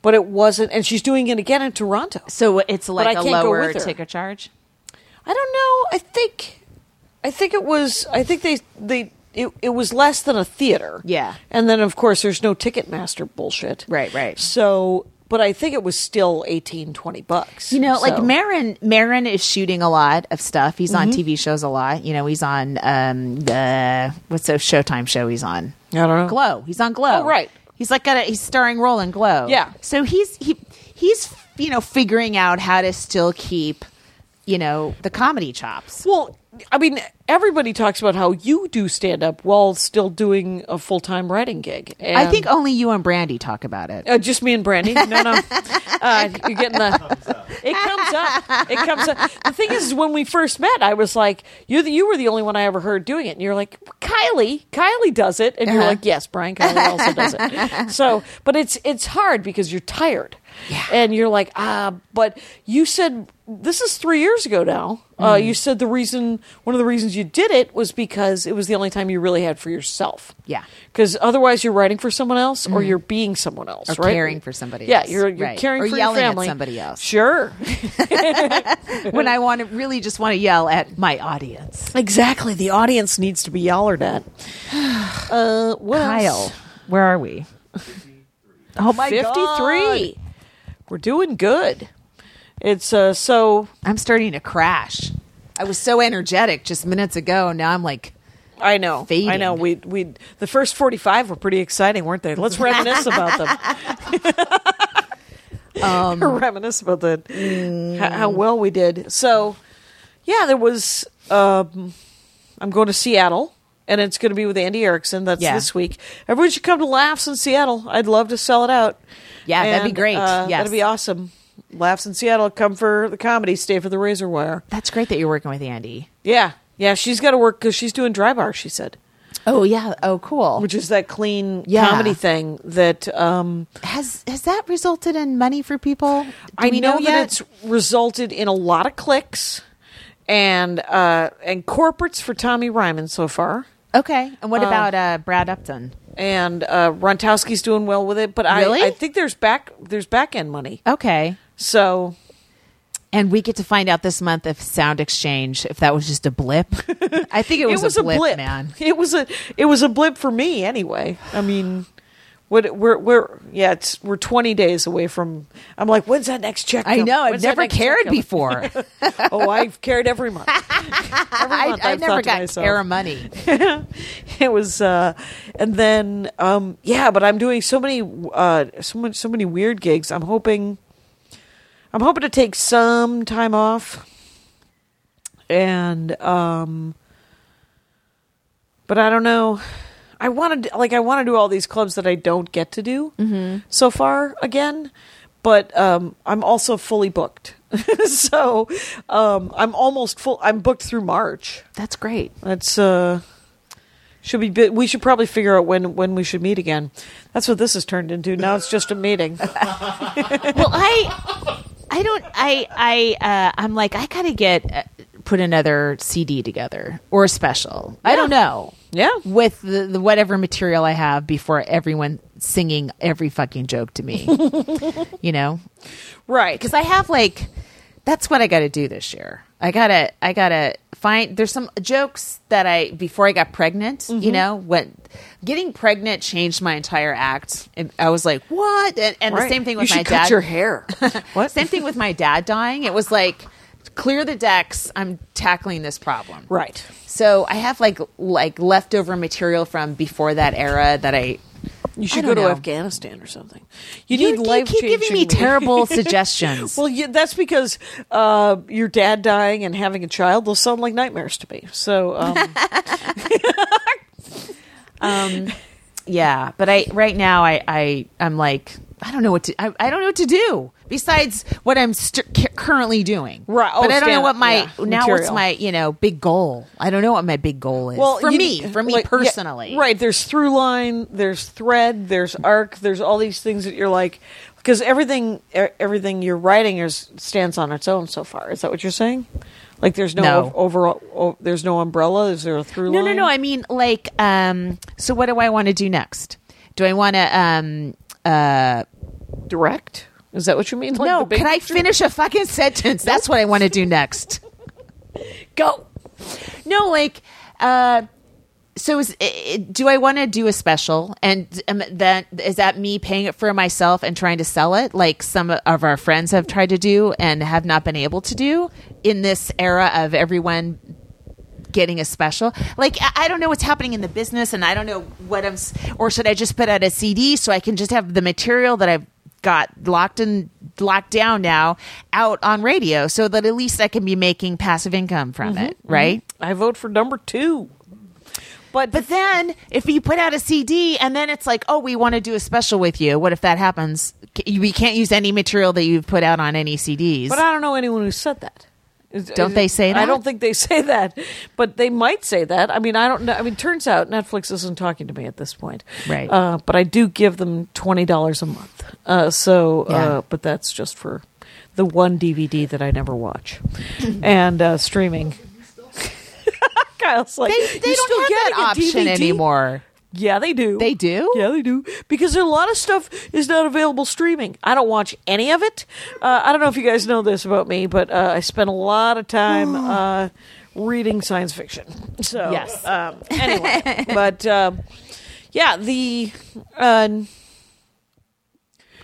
Speaker 3: but it wasn't. And she's doing it again in Toronto.
Speaker 2: So it's like
Speaker 3: I
Speaker 2: a
Speaker 3: can't go
Speaker 2: lower
Speaker 3: with her.
Speaker 2: ticket charge.
Speaker 3: I don't know. I think, I think it was. I think they they it, it was less than a theater.
Speaker 2: Yeah.
Speaker 3: And then of course there's no Ticketmaster bullshit.
Speaker 2: Right, right.
Speaker 3: So, but I think it was still 18, 20 bucks.
Speaker 2: You know, like
Speaker 3: So-
Speaker 2: Marin. Marin is shooting a lot of stuff. He's on TV shows a lot. You know, he's on um the what's the Showtime show he's on?
Speaker 3: I don't know.
Speaker 2: Glow. He's on Glow.
Speaker 3: Oh, right.
Speaker 2: He's like got a he's starring role in Glow.
Speaker 3: Yeah.
Speaker 2: So he's he he's you know figuring out how to still keep you know the comedy chops.
Speaker 3: Well, I mean, everybody talks about how you do stand up while still doing a full time writing gig. And
Speaker 2: I think only you and Brandy talk about it. [laughs]
Speaker 3: Uh, just me and Brandy. No, no. Uh, you're getting the. It comes up. It comes up. The thing is, when we first met, I was like, "You, you were the only one I ever heard doing it." And you're like, "Kylie, Kylie does it," and you're like, "Yes, Brian Kylie also does it." So, but it's it's hard because you're tired, and you're like, "Ah," but you said this is three years ago now. Uh, you said the reason, one of the reasons you did it was because it was the only time you really had for yourself.
Speaker 2: Yeah.
Speaker 3: Because otherwise, you're writing for someone else, or you're being someone else,
Speaker 2: Or
Speaker 3: right?
Speaker 2: caring for somebody
Speaker 3: Yeah,
Speaker 2: else.
Speaker 3: you're, you're
Speaker 2: Right.
Speaker 3: caring
Speaker 2: Or
Speaker 3: for
Speaker 2: yelling
Speaker 3: your
Speaker 2: at
Speaker 3: family.
Speaker 2: somebody else. [laughs]
Speaker 3: Sure,
Speaker 2: when I want to really just want to yell at my audience.
Speaker 3: exactly. The audience needs to be yellered at. [sighs] Uh, what
Speaker 2: Kyle, where are we? Oh my
Speaker 3: Fifty-three.
Speaker 2: god.
Speaker 3: We're doing good. It's uh, so
Speaker 2: I'm starting to crash. I was so energetic just minutes ago, and now I'm like
Speaker 3: I know. I
Speaker 2: Fading.
Speaker 3: know. We we the first forty-five were pretty exciting, weren't they? Let's reminisce about them.
Speaker 2: [laughs] Um,
Speaker 3: [laughs] reminisce about the how,
Speaker 2: mm.
Speaker 3: how well we did. So, yeah, there was. Um, I'm going to Seattle and it's going to be with Andy Erickson. That's
Speaker 2: Yeah.
Speaker 3: this week. Everyone should come to Laughs in Seattle. I'd love to sell it out.
Speaker 2: Yeah, that'd be
Speaker 3: And,
Speaker 2: great.
Speaker 3: Uh,
Speaker 2: Yes.
Speaker 3: That'd be awesome. Laughs in Seattle. Come for the comedy. Stay for the razor wire.
Speaker 2: That's great that you're working with Andy.
Speaker 3: Yeah, yeah. She's got to work because she's doing dry bar. She said,
Speaker 2: Oh yeah. Oh cool.
Speaker 3: which is that clean
Speaker 2: Yeah.
Speaker 3: comedy thing that um,
Speaker 2: has has that resulted in money for people? Do
Speaker 3: I
Speaker 2: we
Speaker 3: know, that
Speaker 2: yet?
Speaker 3: it's resulted in a lot of clicks and uh, and corporates for Tommy Ryman so far.
Speaker 2: okay. And what about uh, Brad Upton?
Speaker 3: And uh, Rontowski's doing well with it, but
Speaker 2: Really?
Speaker 3: I, I think there's back there's back end money.
Speaker 2: Okay.
Speaker 3: So
Speaker 2: And we get to find out this month if Sound Exchange, if that was just a blip. I think it
Speaker 3: it
Speaker 2: was,
Speaker 3: was, a blip,
Speaker 2: man.
Speaker 3: [laughs] It was a it was a blip for me anyway. I mean, what we're we're yeah, it's we're 20 days away from. I'm like, when's that next check?
Speaker 2: I
Speaker 3: come?
Speaker 2: know. I've
Speaker 3: When's that
Speaker 2: never
Speaker 3: next check
Speaker 2: cared
Speaker 3: come?
Speaker 2: before.
Speaker 3: oh, I've cared every month. Every
Speaker 2: I,
Speaker 3: month
Speaker 2: I
Speaker 3: I've thought
Speaker 2: never
Speaker 3: to
Speaker 2: got
Speaker 3: myself,
Speaker 2: care of money.
Speaker 3: [laughs] it was uh and then um yeah but i'm doing so many uh so much so many weird gigs i'm hoping i'm hoping to take some time off and um but i don't know i want to like i want to do all these clubs that i don't get to do so far again but um i'm also fully booked [laughs] so um i'm almost full i'm booked through march
Speaker 2: That's great.
Speaker 3: that's uh should be bu- we should probably figure out when when we should meet again. That's what this has turned into. Now it's just a
Speaker 2: [laughs]
Speaker 3: meeting.
Speaker 2: well i i don't i i uh, i'm like i gotta get uh, put another cd together or a special i don't know
Speaker 3: Yeah.
Speaker 2: with the, the whatever material i have before everyone singing every fucking joke to
Speaker 3: [laughs]
Speaker 2: me you know
Speaker 3: Right.
Speaker 2: because i have like that's what i gotta do this year i gotta i gotta find there's some jokes that i before i got pregnant
Speaker 3: Mm-hmm.
Speaker 2: you know when getting pregnant changed my entire act and i was like what and, and the same thing with
Speaker 3: you
Speaker 2: my
Speaker 3: should cut
Speaker 2: dad
Speaker 3: your hair.
Speaker 2: [laughs]
Speaker 3: what?
Speaker 2: same thing with my dad dying. It was like clear the decks. I'm tackling this problem.
Speaker 3: Right.
Speaker 2: So I have like like leftover material from before that era that I.
Speaker 3: You
Speaker 2: I
Speaker 3: should
Speaker 2: don't
Speaker 3: go to
Speaker 2: know.
Speaker 3: Afghanistan or something. You
Speaker 2: You,
Speaker 3: need
Speaker 2: you
Speaker 3: life
Speaker 2: keep giving me terrible suggestions.
Speaker 3: [laughs] Well, yeah, that's because uh, your dad dying and having a child will sound like nightmares to me. So,
Speaker 2: [laughs]
Speaker 3: um,
Speaker 2: Um, yeah, but I right now I I I'm like I don't know what to I, I don't know what to do besides what I'm st- cu- currently doing.
Speaker 3: Right. Oh,
Speaker 2: but I don't know
Speaker 3: stand-
Speaker 2: what my
Speaker 3: yeah,
Speaker 2: now what's
Speaker 3: material.
Speaker 2: my you know big goal. I don't know what my big goal is.
Speaker 3: well,
Speaker 2: for
Speaker 3: you-
Speaker 2: me, for me
Speaker 3: like, yeah,
Speaker 2: personally,
Speaker 3: right? There's through line, there's thread, there's arc, there's all these things that you're like, because everything, e- everything you're writing is stands on its own so far. Is that what you're saying? Like, there's no,
Speaker 2: No.
Speaker 3: overall, o- there's no umbrella. Is there a through
Speaker 2: No,
Speaker 3: line?
Speaker 2: no, no. I mean, like, um, so what do I want to do next? Do I want to? Um,
Speaker 3: direct. Is that what you mean? Like
Speaker 2: no,
Speaker 3: the big
Speaker 2: can I
Speaker 3: picture?
Speaker 2: finish a fucking sentence? That's what I want to do next. Go. No, like, uh, so is, i- i- do I want to do a special? And um, that is that me paying it for myself and trying to sell it, like some of our friends have tried to do and have not been able to do in this era of everyone getting a special. Like I, I don't know what's happening in the business, and I don't know what I'm. s- Or should I just put out a CD so I can just have the material that I've got locked in, locked down now, out on radio, so that at least I can be making passive income from it, right?
Speaker 3: I vote for number two. But
Speaker 2: But then if you put out a CD and then it's like, oh, we want to do a special with you. What if that happens? C- you- We can't use any material that you've put out on any CDs.
Speaker 3: But I don't know anyone who said that. Is-
Speaker 2: Don't they say
Speaker 3: I
Speaker 2: that?
Speaker 3: don't think they [laughs] say that, but they might say that. I mean, I don't know. I mean, turns out Netflix isn't talking to me at this point,
Speaker 2: Right.
Speaker 3: Uh, but I do give them twenty dollars a month. Uh, so,
Speaker 2: Yeah.
Speaker 3: uh, but that's just for the one DVD that I
Speaker 2: [laughs]
Speaker 3: never watch and uh, streaming. [laughs] Kyle's like,
Speaker 2: they, they
Speaker 3: "You
Speaker 2: don't
Speaker 3: still
Speaker 2: have that
Speaker 3: getting a
Speaker 2: option
Speaker 3: DVD?"
Speaker 2: anymore.
Speaker 3: Yeah, they do.
Speaker 2: They do?
Speaker 3: Yeah, they do. Because a lot of stuff is not available streaming. I don't watch any of it. Uh, I don't know if you guys know this about me, but uh, I spend a lot
Speaker 2: [gasps]
Speaker 3: of time uh, reading science fiction. So
Speaker 2: Yes. [laughs]
Speaker 3: Um, anyway, but um, yeah, the uh,
Speaker 2: Oh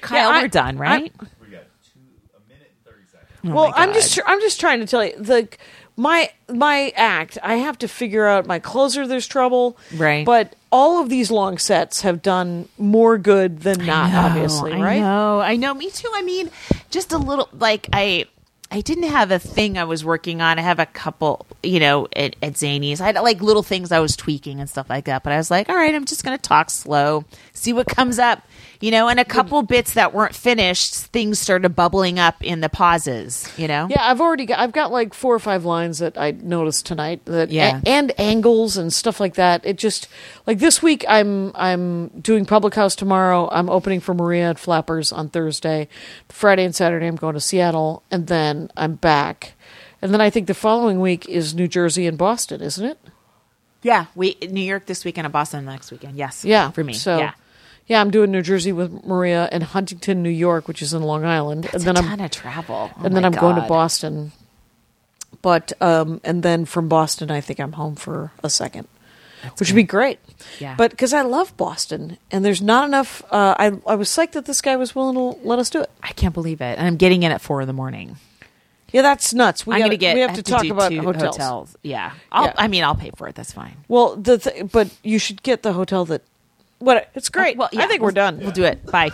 Speaker 2: Kyle,
Speaker 3: I-
Speaker 2: we're done,
Speaker 3: I-
Speaker 2: right?
Speaker 4: We got two, a minute and 30 seconds.
Speaker 3: well, I'm just I'm just trying to tell you the my my act. I have to figure out my closer. There's trouble,
Speaker 2: Right.
Speaker 3: But all of these long sets have done more good than not,
Speaker 2: know,
Speaker 3: obviously,
Speaker 2: Oh, I
Speaker 3: right?
Speaker 2: know, I know. Me too. I mean, just a little like I I didn't have a thing I was working on. I have a couple, you know, at, at Zanies. I had like little things I was tweaking and stuff like that. But I was like, all right, I'm just going to talk slow, see what comes up, you know. And a couple bits that weren't finished, things started bubbling up in the pauses, you know.
Speaker 3: Yeah, I've already got I've got like four or five lines that I noticed tonight that
Speaker 2: Yeah.
Speaker 3: a- and angles and stuff like that. It just like this week I'm I'm doing Public House tomorrow. I'm opening for Maria at Flappers on Thursday. Friday and Saturday I'm going to Seattle and then I'm back. And then I think the following week is New Jersey and Boston, isn't it?
Speaker 2: Yeah, we New York this weekend and Boston next weekend. Yes.
Speaker 3: Yeah.
Speaker 2: for me.
Speaker 3: So
Speaker 2: yeah.
Speaker 3: yeah, I'm doing New Jersey with Maria and Huntington, New York, which is in Long Island. and
Speaker 2: It's
Speaker 3: then
Speaker 2: a
Speaker 3: I'm
Speaker 2: ton of travel. Oh
Speaker 3: and then
Speaker 2: my
Speaker 3: I'm going to
Speaker 2: God.
Speaker 3: Boston. But um, and then from Boston, I think I'm home for a second, which would be great.
Speaker 2: Yeah.
Speaker 3: But because I love Boston, and there's not enough. Uh, I I was psyched that this guy was willing to let us do it.
Speaker 2: I can't believe it. And I'm getting in at four in the morning.
Speaker 3: Yeah, that's nuts. We
Speaker 2: I'm
Speaker 3: gotta-
Speaker 2: going to get.
Speaker 3: We have, to, talk
Speaker 2: do
Speaker 3: about
Speaker 2: two
Speaker 3: hotels.
Speaker 2: Yeah. I'll,
Speaker 3: Yeah.
Speaker 2: I mean, I'll pay for it. That's fine.
Speaker 3: Well, the th- but you should get the hotel that. What it's great.
Speaker 2: Oh, Well, yeah,
Speaker 3: I think
Speaker 2: we'll-
Speaker 3: we're done.
Speaker 2: We'll do it. Bye.